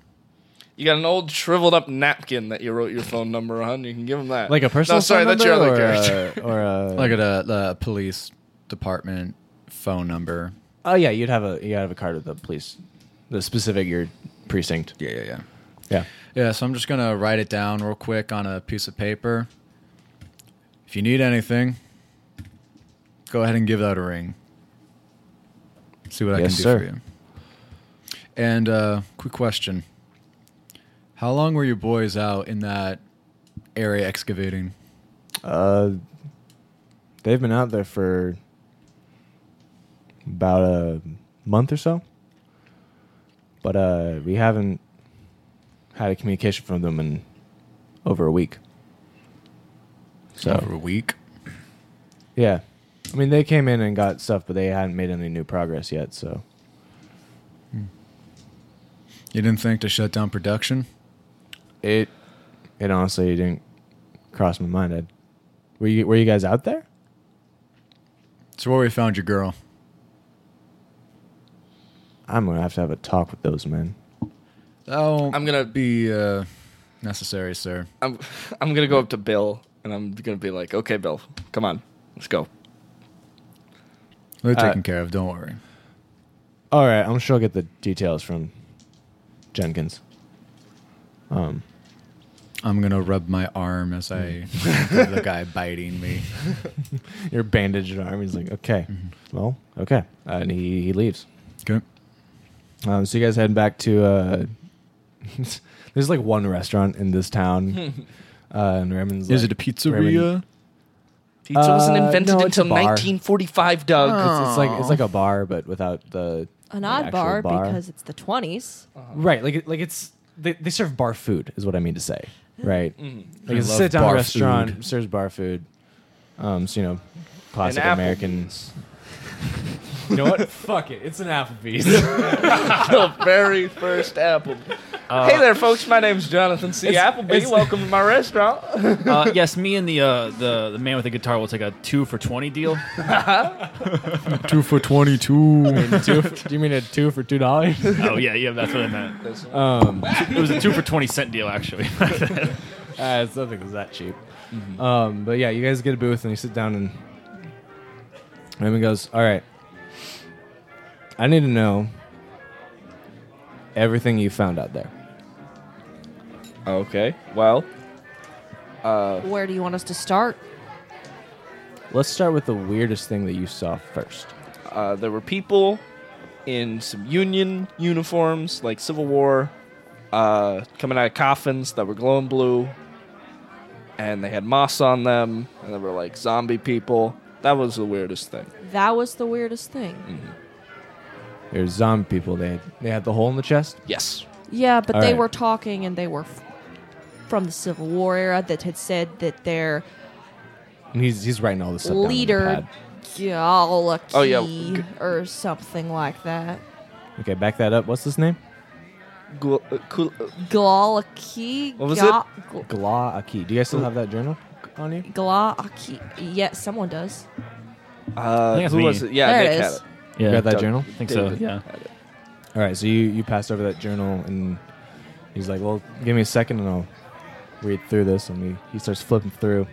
C: You got an old shriveled up napkin that you wrote your phone number on. You can give him that.
G: Like a personal
C: No, sorry,
G: phone
C: that's your
G: number
C: other character.
G: or, uh, a, or a
B: Like a the, the police department phone number?
G: oh yeah, you'd have a you would have a card with the police, the specific your precinct.
B: Yeah, yeah, yeah.
G: Yeah,
B: Yeah, so I'm just gonna write it down real quick on a piece of paper. If you need anything, go ahead and give that a ring. See what I
G: Yes,
B: can do
G: sir.
B: for you. And uh, quick question: How long were your boys out in that area excavating?
G: uh, they've been out there for about a month or so, but uh, we haven't had a communication from them in over a week. So
B: Over a week.
G: Yeah. I mean, they came in and got stuff, but they hadn't made any new progress yet. So
B: You didn't think to shut down production?
G: it, it honestly didn't cross my mind. I'd, were you were you guys out there?
B: It's where we found your girl.
G: I'm gonna have to have a talk with those men.
B: Oh,
C: I'm gonna
B: be uh, necessary, sir.
C: I'm I'm gonna go up to Bill and I'm gonna be like, okay, Bill, come on, let's go.
B: They're
G: Uh,
B: taken care of. Don't worry.
G: All right, I'm sure I'll get the details from Jenkins. Um,
B: I'm gonna rub my arm as I think of the guy biting me.
G: your bandaged arm. He's like, okay,
B: Mm-hmm.
G: well, okay, uh, and he he leaves.
B: Okay.
G: Um, so you guys heading back to? Uh, there's like one restaurant in this town, uh, and Raymond's.
B: Is
G: like,
B: it a pizzeria?
C: Pizza wasn't
G: Uh,
C: invented
G: no, it's
C: until
G: a bar. Oh.
C: 1945, Doug.
G: It's, it's like it's like a bar, but without the
H: An
G: the
H: odd
G: actual
H: bar, because it's the 20s.
G: right, like it- like it's they, they serve bar food is what I mean to say, right?
C: Mm.
G: Like it's a
B: love
G: sit down
B: bar
G: restaurant
B: food.
G: serves bar food. Um, so you know, classic
C: An
G: American. you know what? Fuck it, it's an Applebee's.
C: the very first apple.
G: Uh,
C: hey there, folks. My name's Jonathan C. Appleby. Welcome to my restaurant.
D: Uh, yes, me and the, uh, the the man with the guitar will take a two for twenty deal.
B: Two for twenty-two.
G: Two for- do you mean a two for two dollars?
D: oh yeah, yeah, that's what I meant.
G: Um,
D: It was a two for twenty cent deal actually.
G: Uh, it's nothing was that cheap. Um, but yeah, you guys get a booth and you sit down and Raymond goes, "All right, I need to know everything you found out there."
C: Okay. Well,
H: Where do you want us to start?
G: Let's start with the weirdest thing that you saw first.
C: uh, there were people in some Union uniforms, like Civil War, uh, coming out of coffins that were glowing blue, and they had moss on them, and they were like zombie people. That was the weirdest thing.
H: That was the weirdest thing.
G: There's zombie people. They they had the hole in the chest.
C: Yes.
H: Yeah, but
G: All
H: they
G: right.
H: were talking and they were f- from the Civil War era that had said that their
G: And he's he's writing all this stuff down. on the
H: leader
G: pad.
H: Galaxy
C: Oh, yeah, g-
H: or something like that.
G: Okay, back that up. What's his name?
C: Gl- uh, cool- uh,
H: Galaki.
C: What was
H: it?
G: Gla Aki. Do you guys still have that journal on you?
H: Galaki. Yeah, someone does.
C: Uh,
D: think it's
C: who
D: me.
C: was it? Yeah,
H: there
C: Nick
H: it
C: had
H: is.
C: it.
D: yeah,
G: You got that
C: Doug.
G: journal?
D: I think so.
C: David.
D: Yeah.
G: All right, so you you passed over that journal, and he's like, "Well, give me a second, and I'll read through this." And he, he starts flipping through.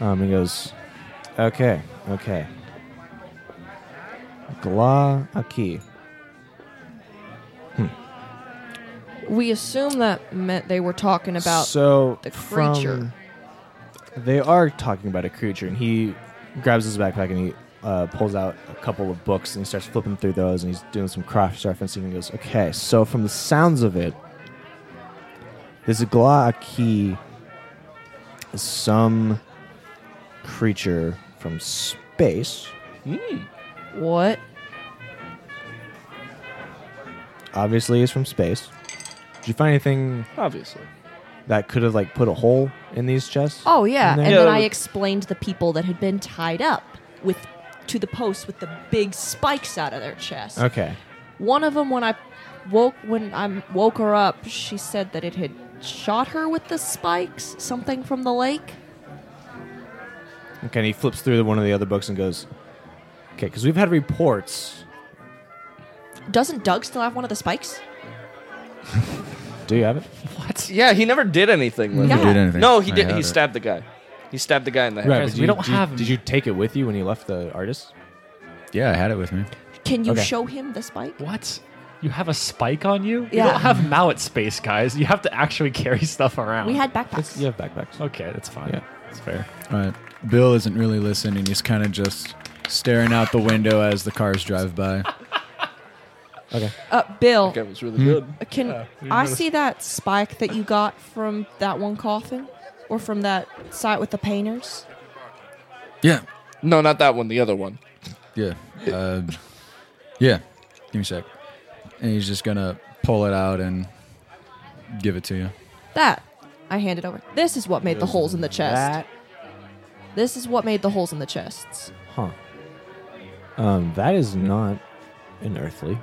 G: Um, he goes, "Okay, okay." Gla Aki.
H: We assume that meant they were talking about.
G: so
H: the
G: from-
H: creature.
G: they are talking about a creature, and he grabs his backpack and he uh, pulls out a couple of books and he starts flipping through those and he's doing some cross referencing and he goes, "Okay, so from the sounds of it, this Glaaki is some creature from space."
H: what?
G: Obviously, is from space. Did you find anything
C: Obviously.
G: that could have like put a hole in these chests?
H: Oh yeah,
G: And
H: and
G: then-
H: then,
C: Yeah,
H: I
C: but-
H: explained the people that had been tied up with to the post with the big spikes out of their chest.
G: Okay.
H: One of them, when I woke when I woke her up, she said that it had shot her with the spikes, something from the lake.
G: Okay, and he flips through one of the other books and goes, "Okay, because we've had reports.
H: Doesn't Doug still have one of the spikes?
G: Do you have it?
C: Yeah, he never did anything with
H: Yeah.
C: it.
H: Did
B: anything.
C: No, he
B: I
C: did.
B: doubt
C: He
B: it.
C: stabbed the guy. He stabbed the guy in the head.
G: Right,
D: Guys,
G: but
D: we
G: you-
D: don't
G: did you-
D: have-
G: Did you take it with you when you left the artist?
B: Yeah, I had it with me.
H: Can you
G: Okay.
H: show him the spike?
D: What? You have a spike on you? You
H: Yeah.
D: don't have mallet space, guys. You have to actually carry stuff around.
H: We had backpacks.
G: You have backpacks.
D: Okay, that's fine.
G: Yeah.
D: That's fair.
B: All right. Bill isn't really listening. He's kind of just staring out the window as the cars drive by.
H: Uh, Bill,
C: That guy was really good.
H: can I see that spike that you got from that one coffin, or from that site with the painters?
B: Yeah.
C: No, not that one. The other one.
B: Yeah. Uh, yeah. Give me a sec. And he's just gonna pull it out and give it to you.
H: That I handed over. This is what made the holes in the chest.
G: That
H: This is what made the holes in the chests.
G: Huh. Um, that is not an earthly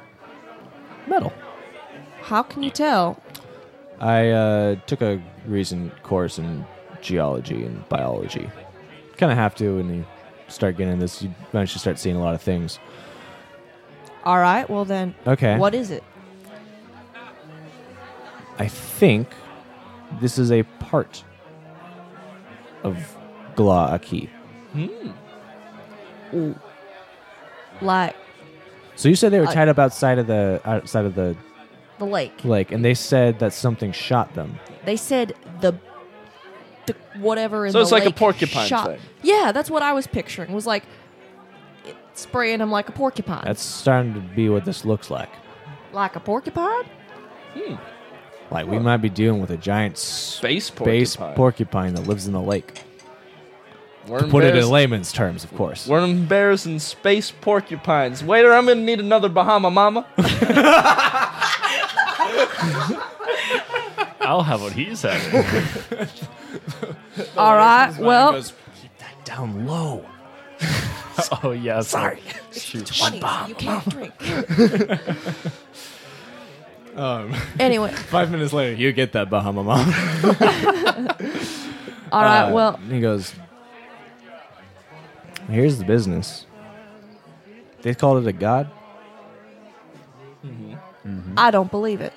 G: metal.
H: How can you tell?
G: I uh, took a recent course in geology and biology. Kind of have to when you start getting this. You eventually start seeing a lot of things.
H: All right, well then.
G: Okay.
H: What is it?
G: I think this is a part of Glaaki.
H: Like
G: So you said they were
H: I-
G: tied up outside of the outside of the
H: the lake.
G: lake, and they said that something shot them.
H: They said the, the whatever in
C: So
H: the
C: it's like a
H: lake
C: porcupine
H: shot-
C: thing.
H: Yeah, that's what I was picturing. Was like it spraying him like a porcupine.
G: That's starting to be what this looks like.
H: like a porcupine.
G: Like we might be dealing with a giant space
C: Space porcupine.
G: porcupine, that lives in the lake.
C: Worm
G: Put it
C: bears-
G: in layman's terms, of course.
C: Worm bears and space porcupines. Waiter, I'm gonna need another Bahama Mama.
D: I'll have what he's having.
H: All right. Well,
G: Down low.
D: oh yeah. Sorry.
H: 20s, you can't drink. anyway,
G: Five minutes later, you get that Bahama mom.
H: all
G: Uh,
H: right. well,
G: And he goes, "Here's the business." They called it a god.
H: I don't believe it.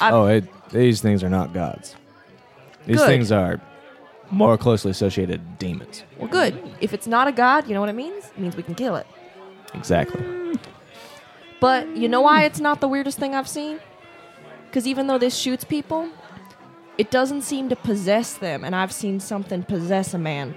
H: I-
G: oh, it, these things are not gods. These
H: Good.
G: things are more closely associated to demons.
H: Well, good. If it's not a god, you know what it means? It means we can kill it.
G: Exactly.
H: But you know why it's not the weirdest thing I've seen? Because even though this shoots people, it doesn't seem to possess them, and I've seen something possess a man.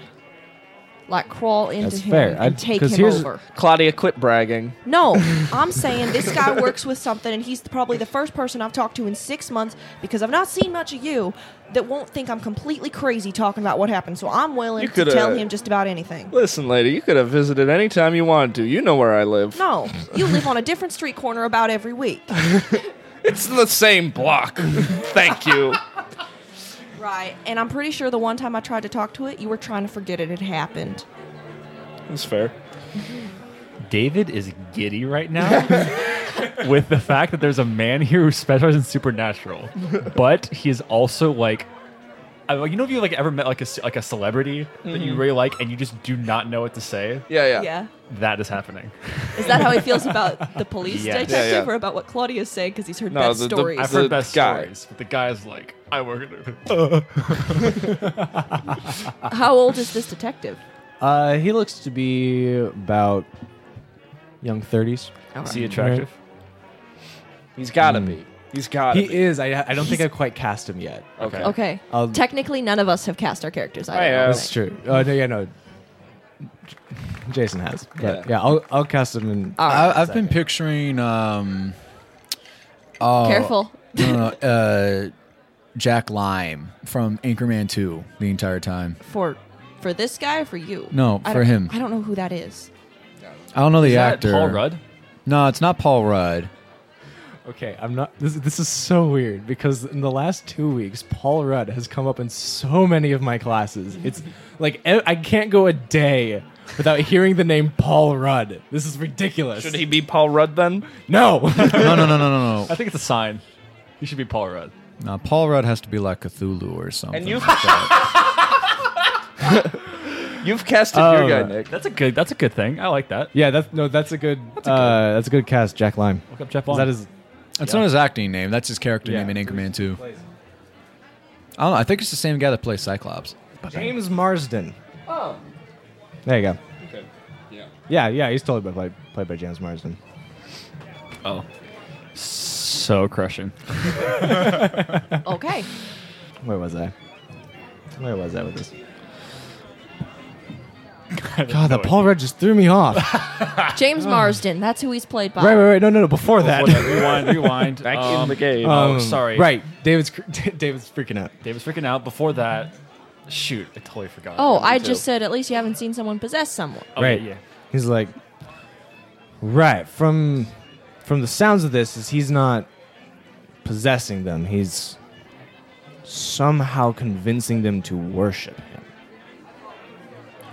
H: Like crawl into
G: That's
H: him
G: fair. I-
H: and take
G: 'cause
H: him
G: here's-
H: over.
C: Claudia, quit bragging.
H: No, I'm saying this guy works with something, and he's probably the first person I've talked to in six months because I've not seen much of you that won't think I'm completely crazy talking about what happened. So I'm willing
C: You
H: to
C: coulda-
H: tell him just about anything.
C: Listen, lady, you could have visited any time you wanted to. You know where I live.
H: No, you live on a different street corner about every week.
C: It's in the same block. Thank you.
H: Right, and I'm pretty sure the one time I tried to talk to it, you were trying to forget it had happened.
C: That's fair.
D: David is giddy right now with the fact that there's a man here who specializes in supernatural, but he is also like, I, you know, if you like ever met like a ce- like a celebrity that you really like and you just do not know what to say,
C: Yeah, yeah.
H: Yeah.
D: that is happening.
H: Is that how he feels about the police
D: Yes.
H: detective
C: Yeah, yeah.
H: or about what Claudia's saying because he's heard
C: No,
H: bad
C: the- the-
H: stories?
D: I've
C: The
D: heard best
C: guy.
D: stories, but the guy's like, I work at
H: how old is this detective?
G: Uh, he looks to be about young thirties.
D: Is he attractive?
C: He's gotta be. He's gotta
G: Hmm. He
C: be.
G: is. I, I don't think I've quite cast him yet.
C: Okay.
H: Okay.
G: I'll-
H: Technically, none of us have cast our characters. I,
C: I
H: don't
C: have.
H: think.
G: That's true. Oh no, yeah, no. Jason has, but yeah, Ah.
C: Yeah.
G: I'll I'll cast him in.
H: All right.
B: I, I've been picturing. Um, oh,
H: Careful.
B: No, no, uh, Jack Lime from Anchorman Two the entire time.
H: For for this guy or for you?
B: No,
H: I
B: for
H: don't-
B: him.
H: I don't know who that is.
B: I don't know the
D: Is that
B: actor.
D: Paul Rudd?
B: No, it's not Paul Rudd.
G: Okay, I'm not. This this is so weird because in the last two weeks, Paul Rudd has come up in so many of my classes. It's like e- I can't go a day without hearing the name Paul Rudd. This is ridiculous.
C: Should he be Paul Rudd then?
G: No.
B: No, no, no, no, no,
D: I
B: no.
D: think it's a sign. You should be Paul Rudd.
B: No, Paul Rudd has to be like Cthulhu or something.
C: And you've
B: like that.
C: You've casted
G: Oh.
C: your guy, Nick.
D: That's a good. That's a good thing. I like that.
G: yeah, that's no. That's a good. uh, that's a good cast, Jack Lime.
D: Look up Jeff.
G: Is
D: Long.
G: that his?
B: That's not his acting name. That's his character
G: Yeah.
B: name in Anchorman Two. I don't know. I think it's the same guy that plays Cyclops.
G: James Marsden. Oh. There you go. Okay. Yeah. Yeah, yeah. He's totally been played, played by James Marsden.
D: Oh, so crushing.
H: Okay.
G: Where was I? Where was I with this? God, that Paul Rudd just threw me off.
C: Ah.
H: James Marsden. That's who he's played by.
G: right, right, right. No, no, no. Before that.
D: Whatever, rewind, rewind.
C: Back in
D: Um,
C: the game.
D: Oh, sorry.
G: Right. David's cr- David's freaking out.
D: Dave was freaking out. Before that, shoot, I totally forgot.
H: Oh, I
C: too.
H: just said at least you haven't seen someone possess someone.
D: Okay,
G: right.
D: Oh, Yeah.
G: He's like, right from from the sounds of this, is he's not possessing them. He's somehow convincing them to worship him.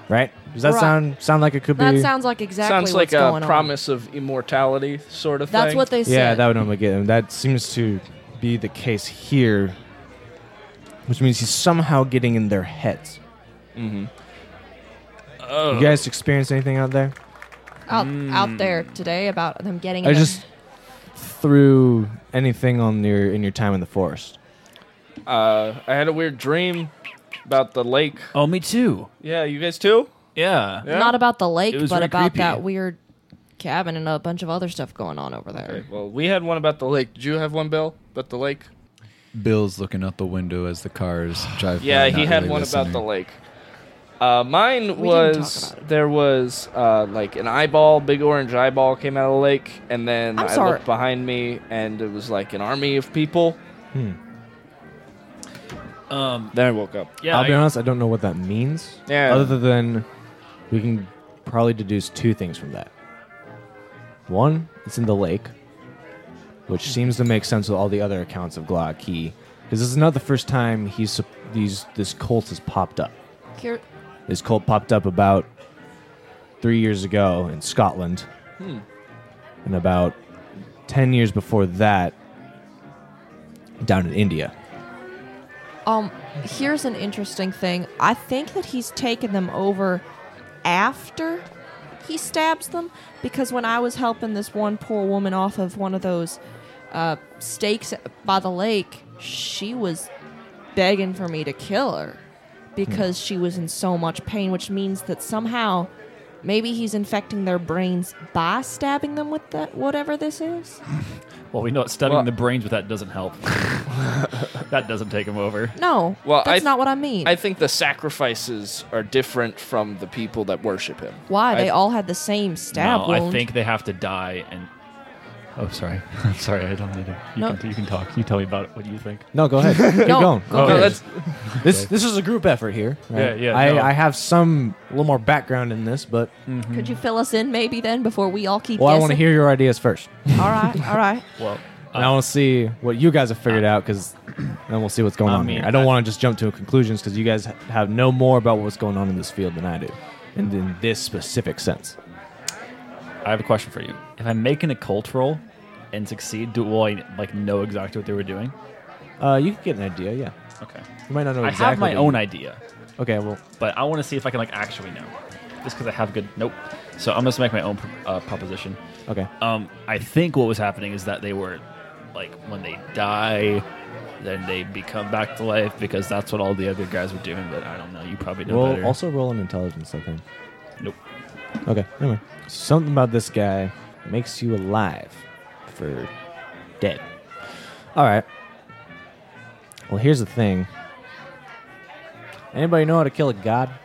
G: right? Does that
H: Right.
G: sound sound like it could
H: That
G: be?
H: sounds like exactly
C: Sounds like
H: what's
C: a
H: going
C: promise of immortality sort of
H: on. That's
C: thing.
H: what they said.
G: yeah, that would only get him. That seems to be the case here, which means he's somehow getting in their heads.
C: Oh.
G: You guys experience anything out there?
H: out, out there today about them getting.
G: I
H: in the-
G: just threw anything on your in your time in the forest.
C: Uh, I had a weird dream about the lake.
D: Oh, me too.
C: Yeah, you guys too?
D: Yeah.
C: Yeah?
H: not about the lake,
D: It was
H: but
D: very
H: about
D: creepy.
H: that weird cabin and a bunch of other stuff going on over there.
C: Okay, well, we had one about the lake. Did you have one, Bill, about the lake?
B: Bill's looking out the window as the cars drive.
C: Yeah,
B: by, not
C: he had
B: really
C: one about the
B: listening.
C: lake. Uh, mine
H: We didn't
C: was
H: talk about it.
C: there was uh, like an eyeball, big orange eyeball came out of the lake, and then
H: I'm
C: I
H: sorry.
C: looked behind me, and it was like an army of people.
D: Um,
C: Hmm. Then I woke up.
D: yeah.
G: I'll be
D: I-
G: honest, I don't know what that means.
C: Yeah.
G: Other than we can probably deduce two things from that. One, it's in the lake, which seems to make sense with all the other accounts of Glock Key, because this is not the first time he's sup- these this cult has popped up.
H: Here-
G: This cult popped up about three years ago in Scotland, and about ten years before that, down in India.
H: Um, here's an interesting thing. I think that he's taken them over after he stabs them because when I was helping this one poor woman off of one of those uh, stakes by the lake, she was begging for me to kill her because she was in so much pain, which means that somehow maybe he's infecting their brains by stabbing them with that whatever this is.
D: Well, we know it's studying
C: Well-
D: the brains, but that doesn't help. that doesn't take him over.
H: No,
C: Well, I
H: that's
C: th-
H: not what I mean.
C: I think the sacrifices are different from the people that worship him.
H: Why
C: I-
H: they all had the same stab
D: no,
H: wound?
D: I think they have to die and. Oh, sorry. I'm sorry. I don't need to. You,
H: No.
D: can, you can talk. You tell me about it, what you think. Oh,
G: No, go ahead. Keep
H: No,
G: going.
H: go
D: Okay.
C: No, that's,
G: This this is a group effort here. right?
D: Yeah, yeah,
G: I,
D: no.
G: I have some a little more background in this, but
H: Could you fill us in maybe then before we all keep
G: well, I
H: guessing?
G: want to hear your ideas first,
D: Uh,
H: All right, all right.
D: Well,
G: and I want to see what you guys have figured out, because then we'll see what's going
D: I
G: on
D: mean,
G: here. I don't
D: I-
G: want to just jump to conclusions because you guys ha- have no more about what's going on in this field than I do, and in this specific sense.
D: I have a question for you. If I make an occult roll and succeed, do will I like know exactly what they were doing?
G: Uh, you can get an idea. Yeah,
D: Okay.
G: you might not know.
D: I
G: Exactly
D: have my
G: what
D: own
G: you-
D: idea,
G: Okay, well,
D: but I want to see if I can like actually know. Just because I have good. Nope. So I'm just make my own pro- uh, proposition.
G: okay.
D: Um, I think what was happening is that they were, like, when they die, then they become back to life because that's what all the other guys were doing. But I don't know. You probably know
G: roll
D: better.
G: also roll an intelligence I think.
D: Nope.
G: Okay. Anyway, something about this guy makes you alive for dead. All right. Well, here's the thing. Anybody know how to kill a god?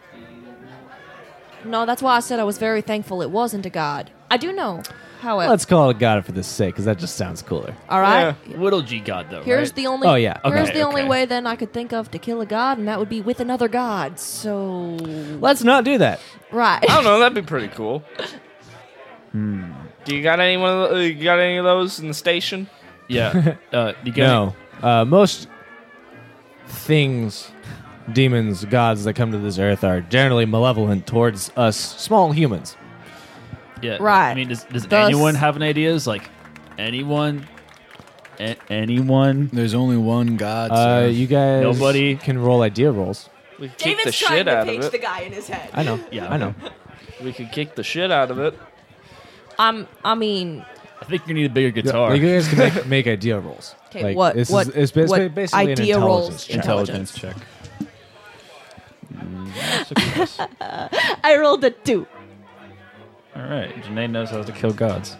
H: No, that's why I said I was very thankful it wasn't a god. I do know, however.
G: Let's call it a god for this sake, because that just sounds cooler.
H: all right.
D: Little G God though.
H: Here's
D: right?
H: the only.
G: Oh, yeah.
H: Here's
D: Okay,
H: the only
D: okay.
H: way then I could think of to kill a god, and that would be with another god. So.
G: Let's not do that.
H: Right.
C: I don't know. That'd be pretty cool. Do you got any one of the, you got any of those in the station?
D: yeah. Uh, you guys,
G: No. Uh, most things, demons, gods that come to this earth are generally malevolent towards us small humans.
D: Yeah.
H: Right.
D: I mean, does, does
H: Thus-
D: anyone have an ideas? Like, anyone? A- anyone?
B: There's only one God.
G: Uh,
B: sir.
G: you guys
D: Nobody-
G: can roll idea rolls.
C: We could kick the shit out of it.
H: guy in his head.
G: I know.
D: Yeah.
G: I know.
C: we could kick the shit out of it.
H: I'm. I mean,
D: I think you need a bigger
G: Yeah,
D: guitar.
G: Like you guys can make, make idea rolls.
H: 'Kay,
G: Like,
H: what-
G: This is
H: what-
G: it's bas-
H: what
G: basically an
H: idea rolls
G: intelligence check.
D: Intelligence check. Mm, success.
H: I rolled a two,
D: All right. Janae knows how to kill gods.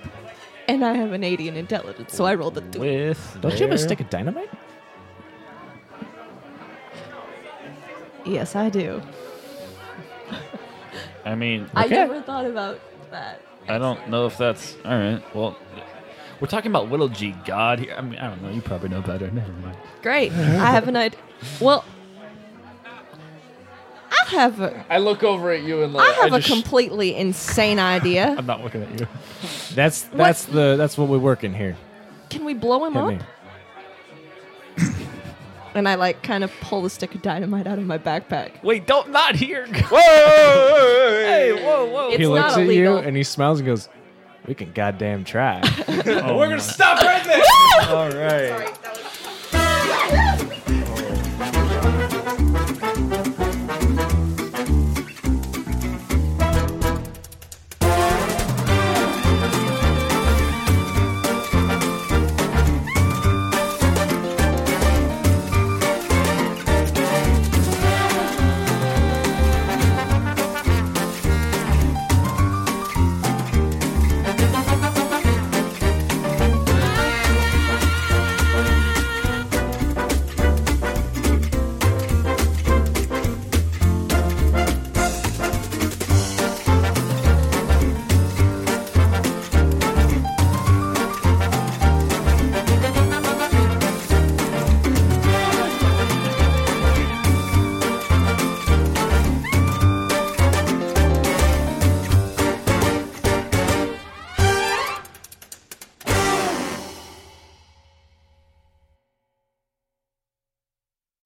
H: and I have an eighty in intelligence, so I rolled a two.
D: With
G: Don't you have
D: their-
G: a stick of dynamite?
H: Yes, I do.
D: I mean,
H: I
G: Okay.
H: never thought about that.
D: I don't know if that's all right. Well, we're talking about little G God here. I mean, I don't know. You probably know better. Never mind.
H: Great. I have an idea. Well, I have a,
C: I look over at you and like
H: I have
C: a
H: a completely insane idea.
D: I'm not looking at you.
G: That's that's the that's what we work in here.
H: Can we blow him
G: Hit
H: up?
G: me.
H: And I like kind of pull the stick of dynamite out of my backpack.
D: Wait, don't not here.
C: Whoa!
D: whoa, whoa.
H: It's
E: he looks
H: not
E: at you
H: illegal.
E: and he smiles and goes, "We can goddamn try."
C: We're gonna stop right there.
E: All right.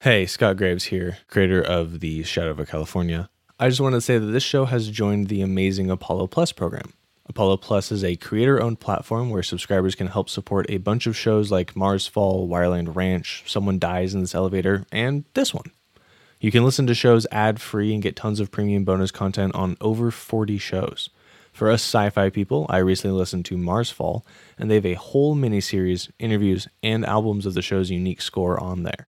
G: Hey, Scott Graves here, creator of the Shadow of a California. I just want to say that this show has joined the amazing Apollo Plus program. Apollo Plus is a creator owned platform where subscribers can help support a bunch of shows like Mars Fall, Wireland Ranch, Someone Dies in This Elevator, and this one. You can listen to shows ad free and get tons of premium bonus content on over 40 shows. For us sci fi people, I recently listened to Mars Fall, and they have a whole miniseries, interviews, and albums of the show's unique score on there.